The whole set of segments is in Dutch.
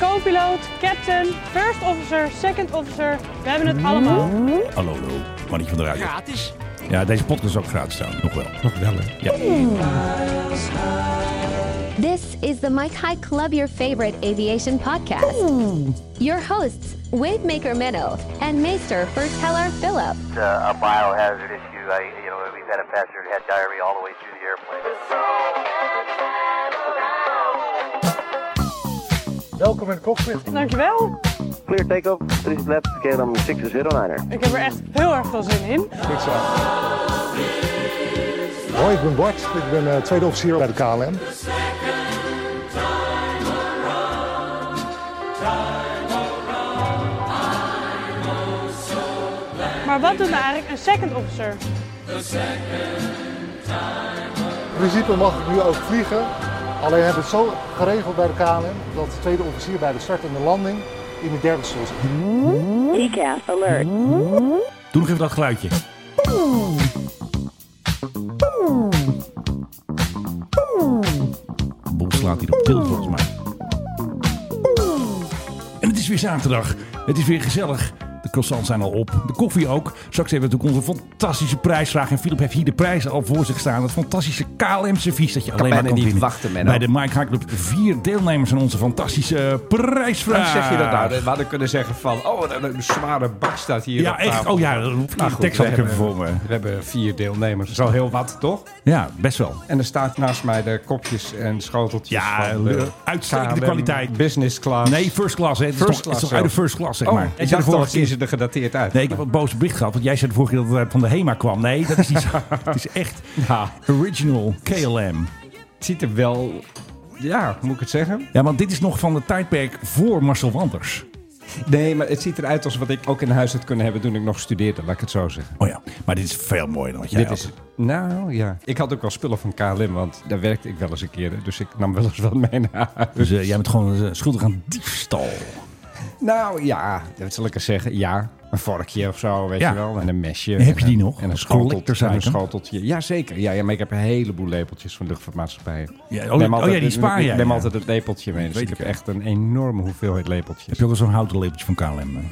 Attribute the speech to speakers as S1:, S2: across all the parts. S1: co-piloot, captain, first officer, second officer. We hebben het allemaal.
S2: Hallo, hallo. Manny van der Ruijen.
S3: Gratis.
S2: Ja, deze podcast is ook gratis staan. Nog wel.
S4: Nog wel, hè?
S2: Ja.
S5: This is the Mike High Club, your favorite aviation podcast. Your hosts, Wavemaker Menno and Maester Ferteller Philip.
S6: uh, a biohazard issue. I, you know, we've had a passenger that had diarrhea all the way through the airplane.
S7: Welkom in de cockpit.
S1: Dankjewel.
S6: Clear takeoff. Please left. Scale on 6090.
S1: Ik heb er echt heel erg veel zin in.
S7: Niks aan. Hoi, ik ben Bart. Ik ben eh, tweede officier bij de KLM.
S1: Maar wat doet nou eigenlijk een second officer?
S7: In principe mag ik nu ook vliegen. Alleen hebben we het zo geregeld bij de KLM dat de tweede officier bij de start en de landing in de derde stoel zit.
S8: TCAS alert.
S2: Doe nog even dat geluidje. Boel slaat hier op tilt volgens mij. En het is weer zaterdag. Het is weer gezellig. De croissants zijn al op. De koffie ook. Straks hebben we natuurlijk onze fantastische prijsvraag. En Philip heeft hier de prijzen al voor zich staan. Het fantastische KLM-servies dat je alleen maar
S3: bijna
S2: kan
S3: niet
S2: winnen.
S3: wachten, Menno.
S2: Bij de Mike High Club vier deelnemers aan onze fantastische eh,
S3: Hoe
S2: prijsvraag.
S3: zeg je dat nou? We hadden kunnen zeggen van, oh, wat een, een zware bak staat hier
S2: Ja,
S3: op
S2: echt.
S3: tafel.
S2: Oh ja, dat hoef ik
S3: Nou
S2: niet.
S3: goed,
S2: tekst had
S3: we
S2: ik even
S3: hebben-
S2: voor me.
S3: We hebben vier deelnemers. Dat is al heel wat, toch?
S2: Ja, best wel.
S3: En er staat naast mij de kopjes en schoteltjes
S2: Ja,
S3: van de
S2: eh, uitstekende
S3: KLM
S2: kwaliteit.
S3: Business class.
S2: Nee, first class. Hè. Het is
S3: First
S2: toch-
S3: class
S2: het is toch uit de
S3: zelf.
S2: first class, zeg
S3: oh,
S2: maar.
S3: maar.
S2: Jij
S3: Ik
S2: zei de
S3: dacht
S2: vorige
S3: al, zien
S2: keer-
S3: ze er gedateerd uit.
S2: Nee, ik heb wat boos bericht gehad. Want jij zei de vorige keer dat het van de HEMA kwam. Nee, dat is niet zo. het is echt
S3: Ja.
S2: original KLM.
S3: het ziet er wel... Ja, moet ik het zeggen?
S2: Ja, want dit is nog van het tijdperk voor Marcel Wanders.
S3: Nee, maar het ziet eruit als wat ik ook in huis had kunnen hebben toen ik nog studeerde, laat ik het zo zeggen.
S2: Oh ja, maar dit is veel mooier dan wat jij
S3: Dit
S2: had.
S3: is, nou ja, ik had ook wel spullen van KLM, want daar werkte ik wel eens een keer. Dus ik nam wel eens wat mee naar huis.
S2: Dus eh, jij bent gewoon eh, schuldig aan diefstal.
S3: Nou ja, dat zal ik eens zeggen. Ja, een vorkje of zo, weet
S2: Ja.
S3: je wel. En een mesje.
S2: Heb
S3: En
S2: je die
S3: een-
S2: nog?
S3: En een,
S2: Als
S3: schotelt,
S2: collectors
S3: en een
S2: item?
S3: schoteltje. Jazeker. Ja, ja, maar ik heb een heleboel lepeltjes van luchtvaartmaatschappijen.
S2: Ja, oh,
S3: Ik neem
S2: oh ja, die spaar
S3: Ik
S2: jij,
S3: neem
S2: ja.
S3: altijd het lepeltje mee. Dus
S2: Weet
S3: ik
S2: ik,
S3: heb
S2: ja.
S3: echt een enorme hoeveelheid lepeltjes.
S2: Heb je ook al zo'n houten lepeltje van KLM? eh?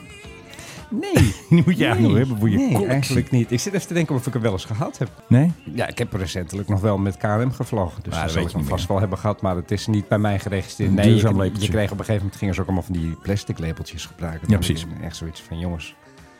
S3: Nee.
S2: Die moet je eigenlijk nog hebben voor je
S3: nee,
S2: collectie.
S3: eigenlijk niet. Ik zit even te denken of ik er wel eens gehad heb.
S2: Nee?
S3: Ja, ik heb recentelijk nog wel met KLM gevlogen. Dus
S2: Ah,
S3: dat
S2: dat weet
S3: zal ik
S2: je
S3: hem
S2: niet
S3: vast wel hebben gehad. Maar het is niet bij mij geregistreerd.
S2: Een
S3: Nee, je,
S2: duurzaam
S3: je
S2: lepeltje.
S3: kreeg op een gegeven moment gingen ze ook allemaal van die plastic lepeltjes gebruiken.
S2: Ja,
S3: Dan
S2: precies.
S3: ben je Echt zoiets van, jongens,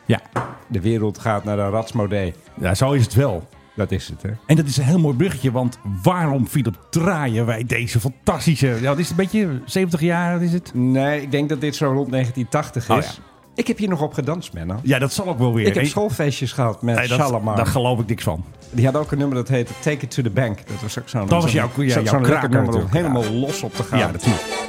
S2: Ja.
S3: de wereld gaat naar een ratsmodee.
S2: ja, zo is het wel.
S3: Dat is het, hè?
S2: En dat is een heel mooi bruggetje, want waarom, Philip, draaien wij deze fantastische... Ja, wat is het een beetje 70 jaar, wat is het?
S3: Nee, ik denk dat dit zo rond 1980
S2: Oh,
S3: is. Ik heb hier nog op gedanst, Menno.
S2: Ja, dat zal ook wel weer.
S3: Ik heb
S2: Hey,
S3: schoolfeestjes gehad met
S2: hey, dat,
S3: Shalamar.
S2: daar geloof ik niks van.
S3: Die had ook een nummer dat heette Take It To The Bank. Dat was ook zo'n...
S2: Dat was
S3: zo'n-
S2: jouw- ja,
S3: zo'n
S2: jouw
S3: lekker
S2: kraker
S3: nummer om
S2: natuurlijk.
S3: helemaal los op te gaan.
S2: Ja, natuurlijk.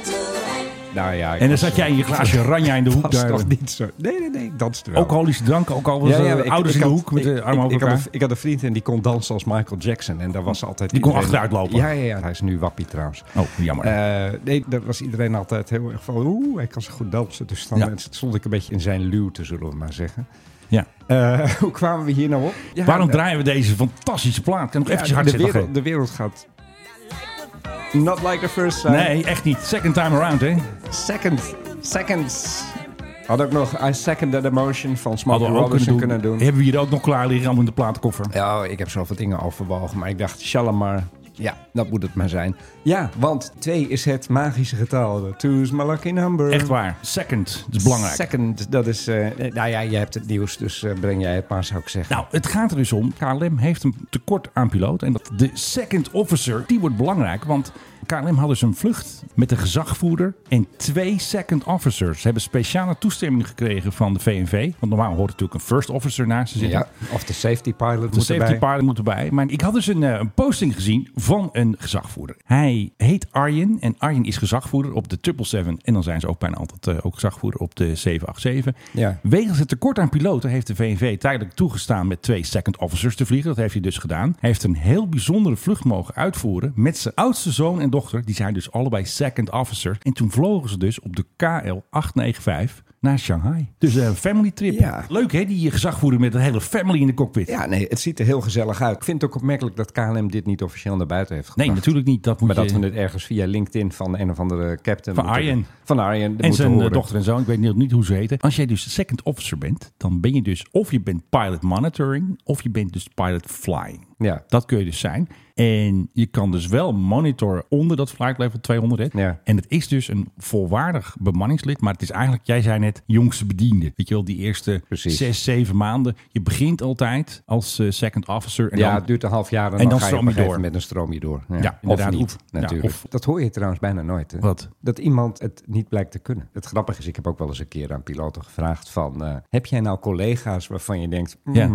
S3: Nou ja, ik
S2: En dan
S3: was,
S2: zat jij in je glaasje
S3: was-
S2: oranje in de hoek
S3: was
S2: daar.
S3: toch niet zo... Nee, nee, nee, ik danste wel.
S2: Alcoholische dranken, ook al was eh,
S3: maar ik-
S2: ouders
S3: ik
S2: in de
S3: had-
S2: hoek met de
S3: ik-
S2: armen
S3: ik-
S2: over
S3: ik had,
S2: elkaar.
S3: een, ik had een vriend en die kon dansen als Michael Jackson. En daar was altijd
S2: Die kon
S3: iedereen-
S2: achteruit lopen.
S3: Ja, ja, ja, hij is nu wappie trouwens.
S2: Oh, jammer.
S3: Eh, nee, daar was iedereen altijd heel erg van... Oeh, hij kan zo goed dansen. Dus dan
S2: Ja.
S3: stond ik een beetje in zijn luwte, zullen we maar zeggen.
S2: ja.
S3: Eh, hoe kwamen we hier nou op? Ja,
S2: Waarom
S3: eh,
S2: draaien we deze fantastische plaat? Kan nog
S3: ja,
S2: eventjes hard
S3: de,
S2: zetten.
S3: wereld, de wereld gaat... Not like the first time.
S2: Nee, echt niet. Second time around, hè?
S3: Second. Seconds. Had ook nog I Second That Emotion van Smokey
S2: Hadden we ook
S3: Robinson
S2: kunnen doen.
S3: kunnen doen. Eh,
S2: Hebben we hier ook nog klaar liggen allemaal in de platenkoffer.
S3: Ja, ik heb zoveel dingen overwogen, maar ik dacht, Shalamar, ja, dat moet het maar zijn. Ja, want 2 is het magische getal. Two's my lucky number.
S2: Echt waar. Second. Dat is belangrijk.
S3: Second, dat is, eh, nou ja, je hebt het nieuws, dus eh, breng jij het maar, zou ik zeggen.
S2: Nou, het gaat er dus om. KLM heeft een tekort aan piloten. En dat de second officer, die wordt belangrijk. Want KLM had dus een vlucht met een gezagvoerder en twee second officers. Ze hebben speciale toestemming gekregen van de VNV. Want normaal hoort natuurlijk een first officer naast ze zitten.
S3: ja, of de safety pilot
S2: De
S3: moet
S2: safety
S3: Dus erbij.
S2: pilot moet erbij. Maar ik had dus een, eh, een posting gezien van een gezagvoerder. Hij heet Arjen. En Arjen is gezagvoerder op de 777. En dan zijn ze ook bijna altijd eh, ook gezagvoerder op de 787.
S3: Ja.
S2: Wegens het tekort aan piloten heeft de VNV tijdelijk toegestaan met twee second officers te vliegen. Dat heeft hij dus gedaan. Hij heeft een heel bijzondere vlucht mogen uitvoeren met zijn oudste zoon en dochter. Die zijn dus allebei second officer. En toen vlogen ze dus op de KL 895 naar Shanghai. Dus een family trip.
S3: Ja.
S2: Leuk hè, die gezagvoerder met de hele family in de cockpit.
S3: Ja, nee, het ziet er heel gezellig uit. Ik vind het ook opmerkelijk dat KLM dit niet officieel naar buiten heeft
S2: Nee,
S3: gebracht.
S2: natuurlijk niet. Dat moet
S3: Maar dat
S2: je-
S3: we het ergens via LinkedIn van een of andere captain...
S2: Van
S3: moeten-
S2: Arjen.
S3: Van Arjen.
S2: En
S3: moeten
S2: zijn eh,
S3: horen.
S2: dochter en zoon, ik weet niet, niet hoe ze heten. Als jij dus second officer bent, dan ben je dus of je bent pilot monitoring, of je bent dus pilot flying.
S3: Ja.
S2: Dat kun je dus zijn. En je kan dus wel monitoren onder dat flight level 200. hè.
S3: Ja.
S2: En het is dus een volwaardig bemanningslid, maar het is eigenlijk, jij zei net, jongste bediende. Weet je wel, die eerste
S3: Precies.
S2: zes, zeven maanden. Je begint altijd als eh, second officer. En
S3: ja,
S2: dan,
S3: het duurt een half jaar en,
S2: dan
S3: dan, ga je
S2: stroom
S3: op een
S2: je door.
S3: gegeven moment een stroom je door.
S2: Ja, inderdaad.
S3: Of niet,
S2: Ja,
S3: natuurlijk.
S2: of-
S3: Dat hoor je trouwens bijna nooit. Hè?
S2: Wat?
S3: Dat iemand het niet blijkt te kunnen. Het grappige is, ik heb ook wel eens een keer aan piloten gevraagd van... eh, heb jij nou collega's waarvan je denkt... mm,
S2: Ja.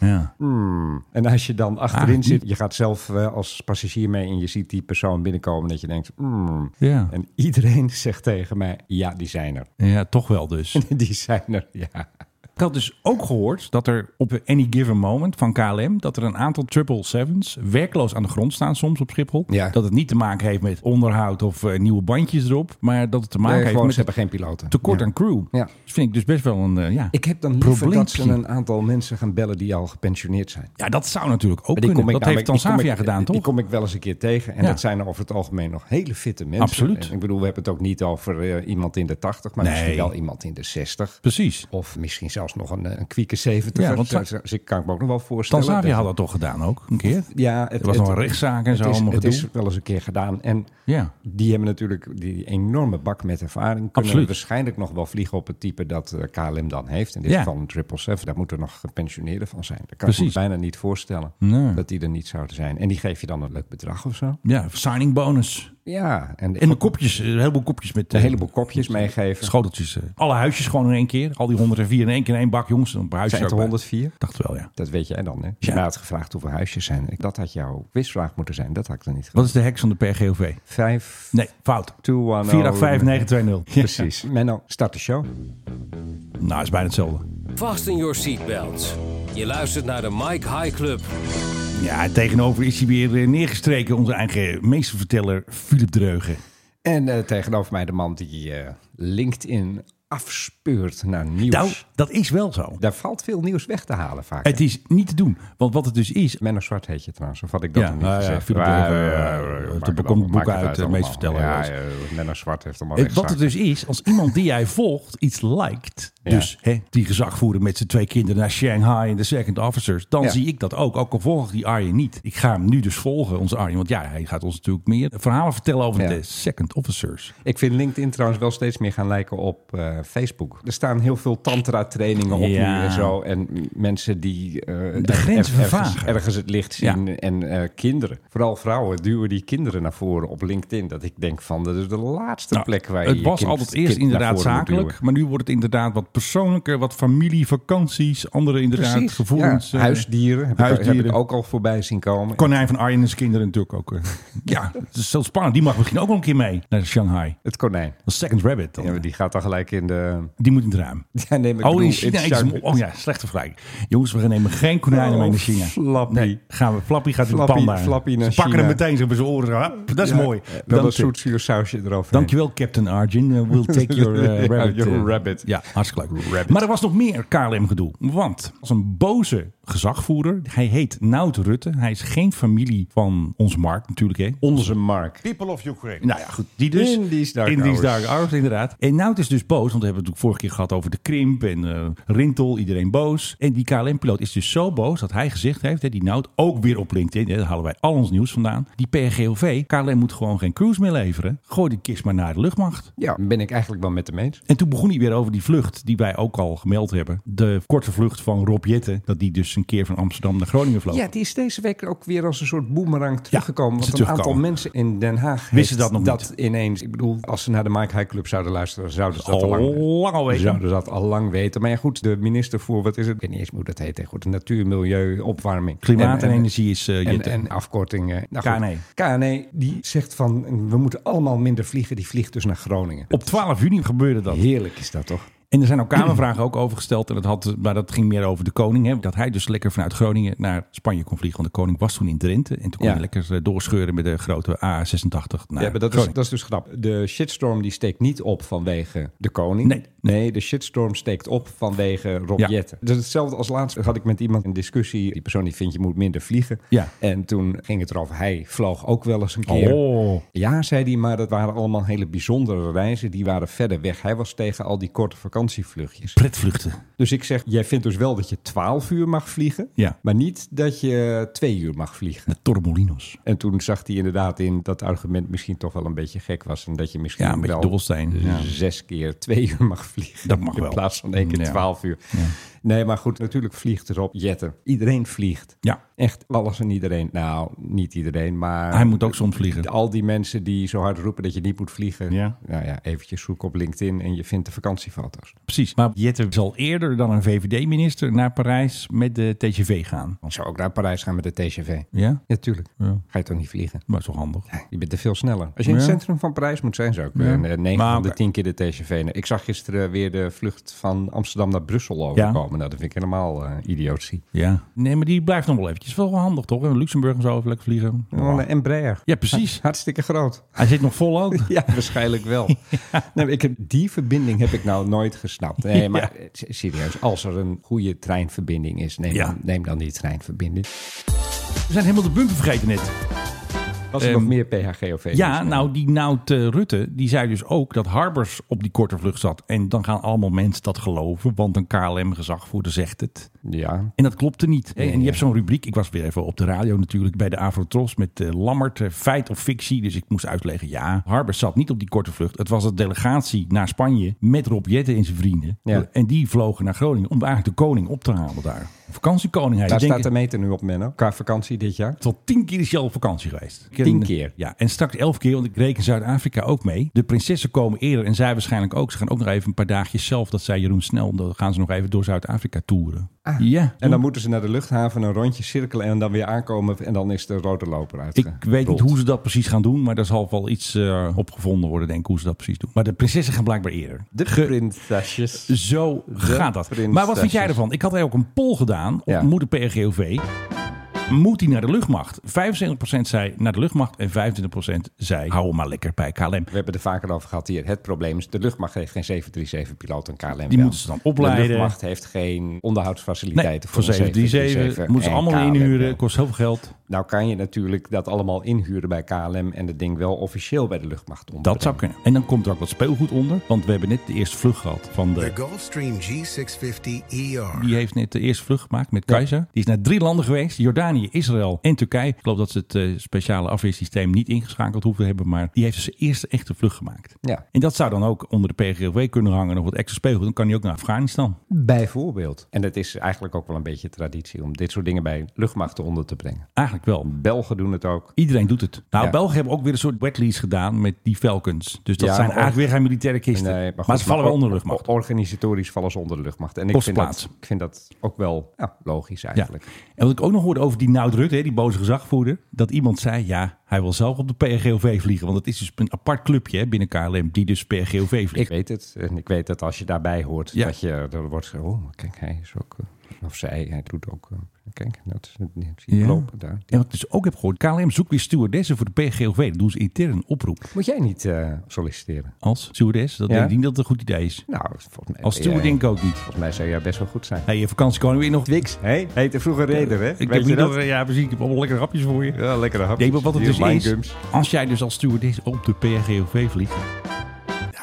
S2: ja.
S3: mm. En als je dan achterin
S2: Ah,
S3: zit, je gaat zelf eh, als passagier mee... en je ziet die persoon binnenkomen dat je denkt... mm.
S2: Ja.
S3: En iedereen zegt tegen mij, ja, die zijn er.
S2: ja, toch wel dus.
S3: die zijn er, ja.
S2: Ik had dus ook gehoord dat er op any given moment van KLM... dat er een aantal 777's werkloos aan de grond staan soms op Schiphol.
S3: Ja.
S2: Dat het niet te maken heeft met onderhoud of eh, nieuwe bandjes erop... maar dat het te maken
S3: Nee,
S2: heeft
S3: gewoon,
S2: met
S3: ze hebben geen piloten.
S2: tekort
S3: Ja.
S2: aan crew.
S3: Ja.
S2: Dat vind ik dus best wel een eh, ja,
S3: Ik heb dan liever dat ze
S2: probleempje.
S3: een aantal mensen gaan bellen die al gepensioneerd zijn.
S2: Ja, dat zou natuurlijk ook
S3: Maar die
S2: kunnen.
S3: kom ik
S2: Dat heeft
S3: namelijk- die kom
S2: Transavia
S3: ik-
S2: gedaan, toch?
S3: Die kom ik wel eens een keer tegen. En
S2: Ja.
S3: dat zijn er over het algemeen nog hele fitte mensen.
S2: Absoluut.
S3: En ik bedoel, we hebben het ook niet over eh, iemand in de 80, maar
S2: Nee.
S3: misschien wel iemand in de 60.
S2: Precies.
S3: Of misschien zelfs nog een, eh, een kwieke 70.
S2: Ja, want
S3: Zo- zo- zo- kan ik me ook nog wel voorstellen.
S2: Transavia
S3: Dat-
S2: had dat toch gedaan ook, een keer?
S3: Ja,
S2: Er was nog een rechtszaak en zo,
S3: Het, is,
S2: allemaal
S3: het
S2: gedoe.
S3: is wel eens een keer gedaan. En
S2: Ja.
S3: die hebben natuurlijk die enorme bak met ervaring. Kunnen
S2: Absoluut.
S3: waarschijnlijk nog wel vliegen op het type dat eh, KLM dan heeft. In dit
S2: Ja.
S3: geval een 777. Daar moeten nog gepensioneerden van zijn. Dat kan ik
S2: Precies.
S3: me bijna niet voorstellen
S2: Nee.
S3: dat die er niet zouden zijn. En die geef je dan een leuk bedrag of zo.
S2: Ja, signing bonus.
S3: Ja, en,
S2: En de kopjes, eh, een heleboel kopjes met...
S3: een
S2: eh,
S3: heleboel kopjes meegeven.
S2: Schoteltjes. eh, Alle huisjes gewoon in één keer. Al die 104 in één keer in één bak, jongens. Dan huisje
S3: Zijn het er 104?
S2: Dacht wel, ja.
S3: Dat weet jij dan, hè? Als je
S2: Ja.
S3: mij had gevraagd hoeveel huisjes zijn. ik- Dat had jouw quizvraag moeten zijn. Dat had ik dan niet gedaan.
S2: Wat is de heks van de PGOV?
S3: Vijf,
S2: Nee, fout.
S3: 210.
S2: 485920. Ja.
S3: oh. Precies. Menno, start de show.
S2: Nou, is bijna hetzelfde.
S4: Fasten your seatbelts. Je luistert naar de Mike High Club.
S2: Ja, tegenover is hij weer eh, neergestreken. Onze eigen meesterverteller Philip Dreugen.
S3: En eh, tegenover mij de man die eh, LinkedIn afspeurt naar nieuws.
S2: Nou, dat is wel zo.
S3: Daar valt veel nieuws weg te halen vaak.
S2: Het is niet te doen. Want wat het dus is...
S3: Menno Zwart heet je trouwens, of had ik dat nog niet
S2: nou ja,
S3: gezegd?
S2: Philip
S3: Maar,
S2: Dreugen,
S3: eh,
S2: eh,
S3: eh,
S2: eh,
S3: maakt
S2: er
S3: het
S2: komt een
S3: ook-
S2: boek
S3: maakt
S2: uit, eh,
S3: allemaal.
S2: meesterverteller.
S3: Ja, eh, Menno Zwart heeft hem al
S2: Het, wat
S3: weggezakt.
S2: het dus is, als iemand die jij volgt iets liked,
S3: Ja.
S2: dus hè, die gezagvoerder met zijn twee kinderen naar Shanghai en de second officers, dan
S3: Ja.
S2: zie ik dat ook. Ook al volg ik die Arjen niet. Ik ga hem nu dus volgen, onze Arjen. Want ja, hij gaat ons natuurlijk meer verhalen vertellen over
S3: Ja.
S2: de second officers.
S3: Ik vind LinkedIn trouwens wel steeds meer gaan lijken op eh, Facebook. Er staan heel veel tantra-trainingen op
S2: Ja.
S3: nu en zo. En m- mensen die eh, er-
S2: grenzen
S3: ergens-
S2: vervagen.
S3: Ergens het licht zien. En eh, kinderen, vooral vrouwen, duwen die kinderen naar voren op LinkedIn. Dat ik denk van, dat is de laatste
S2: Nou,
S3: plek waar je
S2: het
S3: je
S2: was
S3: kind-
S2: altijd eerst
S3: kind naar
S2: inderdaad
S3: voren moet duwen.
S2: zakelijk, maar nu wordt het inderdaad wat persoonlijker, wat familie, vakanties, andere inderdaad
S3: Precies,
S2: gevoelens.
S3: ja.
S2: eh,
S3: Huisdieren, heb, Ik, heb
S2: huisdieren.
S3: ik ook al voorbij zien komen.
S2: Konijn van Arjen en zijn kinderen natuurlijk ook. eh. ja, het is zo spannend. Die mag misschien ook wel een keer mee naar Shanghai.
S3: Het konijn.
S2: Als second rabbit dan.
S3: Ja, maar die gaat dan gelijk in de...
S2: Die moet in het ruim.
S3: Ja, nee, maar ik
S2: Oh, in
S3: bedoel,
S2: China
S3: in
S2: eten ze
S3: Shanghai-
S2: hem op. Oh ja, slechte vergelijking. Jongens, we nemen geen konijnen mee naar
S3: Oh,
S2: China.
S3: Flappie.
S2: Nee, gaan we. Flappy gaat
S3: Flappy-
S2: in de panda.
S3: Flappy naar
S2: ze pakken
S3: China.
S2: hem meteen zo bij zijn oren. Hap, dat is
S3: Ja,
S2: mooi.
S3: eh, Dan
S2: Dank
S3: een
S2: je.
S3: zoet zuur sausje erover.
S2: Dankjewel, Captain Arjun. Eh, We'll take your eh,
S3: Ja,
S2: rabbit.
S3: your
S2: eh,
S3: rabbit.
S2: Ja, hartstikke leuk.
S3: Rabbit.
S2: Maar er was nog meer KLM-gedoe. Want als een boze gezagvoerder, hij heet Nout Rutte. Hij is geen familie van onze markt natuurlijk. Hè.
S3: Onze Mark.
S9: People of Ukraine.
S2: Nou ja, goed. Die dus.
S3: Indisch Dark
S2: Indisch
S3: Hours.
S2: Dark Hours, inderdaad. En Nout is dus boos, want we hebben het natuurlijk vorige keer gehad over de krimp en eh, Rintel, iedereen boos. En die KLM-piloot is dus zo boos dat hij gezegd heeft, hè, die Nout, ook weer op LinkedIn, hè, daar halen wij al ons nieuws vandaan. Die PRGOV, KLM moet gewoon geen cruise meer leveren. Gooi die kist maar naar de luchtmacht.
S3: Ja, ben ik eigenlijk wel met hem eens.
S2: En toen begon hij weer over die vlucht die wij ook al gemeld hebben. De korte vlucht van Rob Jetten, dat die dus een keer van Amsterdam naar Groningen vloog.
S3: Ja, die is deze week ook weer als een soort boemerang teruggekomen.
S2: is
S3: want een
S2: teruggekomen.
S3: aantal mensen in Den Haag
S2: Wisten
S3: heeft
S2: dat nog
S3: dat
S2: niet.
S3: ineens. Ik bedoel, als ze naar de Mike High Club zouden luisteren, zouden ze dat
S2: Al
S3: al lang,
S2: lang al weten.
S3: Zouden ze dat al lang weten. Maar ja, goed, de minister voor, wat is het? Ik weet niet eens hoe dat heet. hè. Goed, natuur, milieu, opwarming.
S2: Klimaat en, energie E. is eh
S3: En,
S2: Jetten.
S3: en afkortingen. Nou,
S2: KNE.
S3: KNE, E, die zegt van, we moeten allemaal minder vliegen. Die vliegt dus naar Groningen.
S2: op 12 juni gebeurde dat.
S3: Heerlijk is dat toch?
S2: En er zijn ook kamervragen ook over gesteld. En dat, had, maar dat ging meer over de koning. Hè, dat hij dus lekker vanuit Groningen naar Spanje kon vliegen. Want de koning was toen in Drenthe. En toen kon
S3: Ja.
S2: hij lekker eh, doorscheuren met de grote A86. Naar
S3: Ja, maar dat is,
S2: Groningen.
S3: dat is dus grap. De shitstorm die steekt niet op vanwege de koning.
S2: Nee.
S3: nee de shitstorm steekt op vanwege Rob
S2: Ja.
S3: Jetten. Dat is hetzelfde als laatst had ik met iemand een discussie. Die persoon die vindt je moet minder vliegen.
S2: Ja.
S3: En toen ging het erover. Hij vloog ook wel eens een keer.
S2: Oh.
S3: Ja, zei hij, maar dat waren allemaal hele bijzondere reizen. Die waren verder weg. Hij was tegen al die korte vakantievluchtjes.
S2: Pretvluchten.
S3: Dus ik zeg, jij vindt dus wel dat je 12 uur mag vliegen.
S2: Ja.
S3: Maar niet dat je 2 uur mag vliegen.
S2: De Torremolinos.
S3: En toen zag hij inderdaad in dat argument misschien toch wel een beetje gek was. En dat je misschien
S2: Ja, een beetje
S3: wel dus
S2: dol zijn, ja.
S3: zes keer twee uur mag vliegen.
S2: Dat mag
S3: in
S2: wel.
S3: plaats van één keer
S2: Ja.
S3: twaalf uur. Nee, maar goed, natuurlijk vliegt erop Jetten. Iedereen vliegt.
S2: Ja.
S3: Echt alles en iedereen. Nou, niet iedereen, maar...
S2: Hij moet ook soms vliegen.
S3: Al die mensen die zo hard roepen dat je niet moet vliegen.
S2: Ja.
S3: Nou ja, eventjes zoek op LinkedIn en je vindt de vakantiefoto's.
S2: Precies. Maar Jette zal eerder dan een VVD-minister naar Parijs met de TGV gaan.
S3: Ik zou ook naar Parijs gaan met de TGV.
S2: Ja?
S3: Natuurlijk.
S2: Ja.
S3: Ga je toch niet vliegen?
S2: Maar zo handig.
S3: Je bent er veel sneller. Als je in het
S2: Ja.
S3: centrum van Parijs moet zijn, zou ik eh, eh, 9
S2: Maar
S3: van de
S2: oké.
S3: 10 keer de TGV. Ik zag gisteren weer de vlucht van Amsterdam naar Brussel overkomen. Nou, dat vind ik helemaal eh idiotie.
S2: Ja. Nee, maar die blijft nog wel eventjes. Wel handig toch? In Luxemburg en zo even lekker vliegen.
S3: Gewoon een Embraer.
S2: Ja, precies.
S3: Hartstikke groot.
S2: Hij zit nog vol ook.
S3: Ja, waarschijnlijk wel. Nee, maar ik heb, die verbinding heb ik nou nooit gesnapt. Nee, maar eh, s- serieus, als er een goede treinverbinding is, neem,
S2: Ja. Ehm,
S3: dan, neem dan die treinverbinding.
S2: We zijn helemaal de bumper vergeten net.
S3: Was er
S2: Ehm,
S3: nog meer PHGOV?
S2: Ja, nou die Nout eh, Rutte, die zei dus ook dat Harbers op die korte vlucht zat. En dan gaan allemaal mensen dat geloven, want een KLM-gezagvoerder zegt het.
S3: Ja,
S2: En dat klopte niet. en je hebt zo'n rubriek, ik was weer even op de radio natuurlijk, bij de Avrotros met eh, Lammert, eh, feit of fictie. Dus ik moest uitleggen, ja, Harbers zat niet op die korte vlucht. Het was een delegatie naar Spanje met Rob Jetten en zijn vrienden.
S3: Ja.
S2: En die vlogen naar Groningen om eigenlijk de koning op te halen daar. Vakantiekoning. hij.
S3: daar
S2: Ik denk-
S3: staat de meter nu op, Menno. Qua vakantie dit jaar.
S2: tot tien keer is je al op vakantie geweest. Ik-
S3: Tien keer?
S2: Ja, en straks elf keer, want ik reken Zuid-Afrika ook mee. De prinsessen komen eerder en zij waarschijnlijk ook. Ze gaan ook nog even een paar dagjes zelf, dat zei Jeroen Snel. Dan gaan ze nog even door Zuid-Afrika toeren. ja,
S3: Ah. En dan moeten ze naar de luchthaven een rondje cirkelen en dan weer aankomen. En dan is de rode loper uit.
S2: ik weet niet hoe ze dat precies gaan doen, maar daar zal wel iets eh, opgevonden worden, denk ik, hoe ze dat precies doen. Maar de prinsessen gaan blijkbaar eerder.
S3: De printtasjes.
S2: Zo gaat dat.
S3: prinsesjes.
S2: Maar wat vind jij ervan? Ik had er ook een poll gedaan op
S3: Ja.
S2: Moeder PRGOV. Moet hij naar de luchtmacht? 75% zei naar de luchtmacht en 25% zei hou hem maar lekker bij KLM.
S3: We hebben het er vaker over gehad hier. Het probleem is, de luchtmacht heeft geen 737-piloot en KLM
S2: Die
S3: wel.
S2: moeten ze dan opleiden.
S3: De luchtmacht heeft geen onderhoudsfaciliteiten
S2: Nee,
S3: voor
S2: voor
S3: een
S2: 737. Moeten ze
S3: en
S2: allemaal
S3: KLM
S2: inhuren.
S3: wel.
S2: Kost heel veel geld.
S3: Nou kan je natuurlijk dat allemaal inhuren bij KLM en dat ding wel officieel bij de luchtmacht ombrengen.
S2: Dat zou kunnen. En dan komt er ook wat speelgoed onder. Want we hebben net de eerste vlucht gehad van
S9: The
S2: de...
S9: Gulfstream G650ER.
S2: Die heeft net de eerste vlucht gemaakt met Kaiser. Die is naar drie landen geweest. Jordanië, Israël en Turkij. Ik geloof dat ze het eh, speciale afweersysteem niet ingeschakeld hoeven te hebben. Maar die heeft dus zijn eerste echte vlucht gemaakt.
S3: Ja.
S2: En dat zou dan ook onder de PGOW kunnen hangen. Nog wat extra speelgoed. Dan kan hij ook naar Afghanistan.
S3: Bijvoorbeeld. En het is eigenlijk ook wel een beetje traditie om dit soort dingen bij luchtmachten onder te brengen.
S2: Eigenlijk wel.
S3: Belgen doen het ook.
S2: Iedereen doet het. Nou,
S3: Ja.
S2: België hebben ook weer een soort wet lease gedaan met die Falcons. Dus dat
S3: Ja,
S2: zijn
S3: maar-
S2: eigenlijk weer geen militaire kisten.
S3: Nee,
S2: maar,
S3: goed,
S2: ze vallen wel onder de luchtmacht.
S3: or- Organisatorisch vallen ze onder de luchtmacht. En ik
S2: Kost
S3: vind,
S2: plaats.
S3: dat, ik vind dat ook wel ja, logisch
S2: Ja.
S3: eigenlijk.
S2: En wat ik ook nog hoorde over die Nout Rutte, hè, die boze gezagvoerder. Dat iemand zei, ja, hij wil zelf op de PRGOV vliegen. Want het is dus een apart clubje hè, binnen KLM die dus PRGOV vliegt.
S3: Ik weet het. En ik weet dat als je daarbij hoort,
S2: Ja.
S3: dat je er wordt gezegd, oh, maar kijk, hij is ook... eh, Of zij, hij doet ook... eh, Kijk, dat is het niet
S2: Ja.
S3: lopen daar.
S2: En wat ik dus ook heb gehoord, KLM zoekt weer stewardessen voor de PRGOV. Dat doen ze intern een oproep.
S3: Moet jij niet eh, solliciteren?
S2: Als stewardess, dat
S3: Ja.
S2: denk ik niet dat het een goed idee is.
S3: Nou, volgens mij...
S2: Als
S3: ben
S2: steward
S3: jij-
S2: denk ik ook niet.
S3: Volgens mij zou jij best wel goed zijn.
S2: Hé, je vakantiekoning weer nog...
S3: Twix, hé? Heette vroeger reder, hè?
S2: Ik
S3: weet
S2: denk
S3: je
S2: niet
S3: dat?
S2: dat... Ja, precies. Ik heb allemaal lekkere hapjes voor je.
S3: Ja, lekkere hapjes.
S2: Nee, maar wat het
S3: Hier,
S2: dus is,
S3: winegums.
S2: als jij dus als stewardess op de PRGOV vliegt...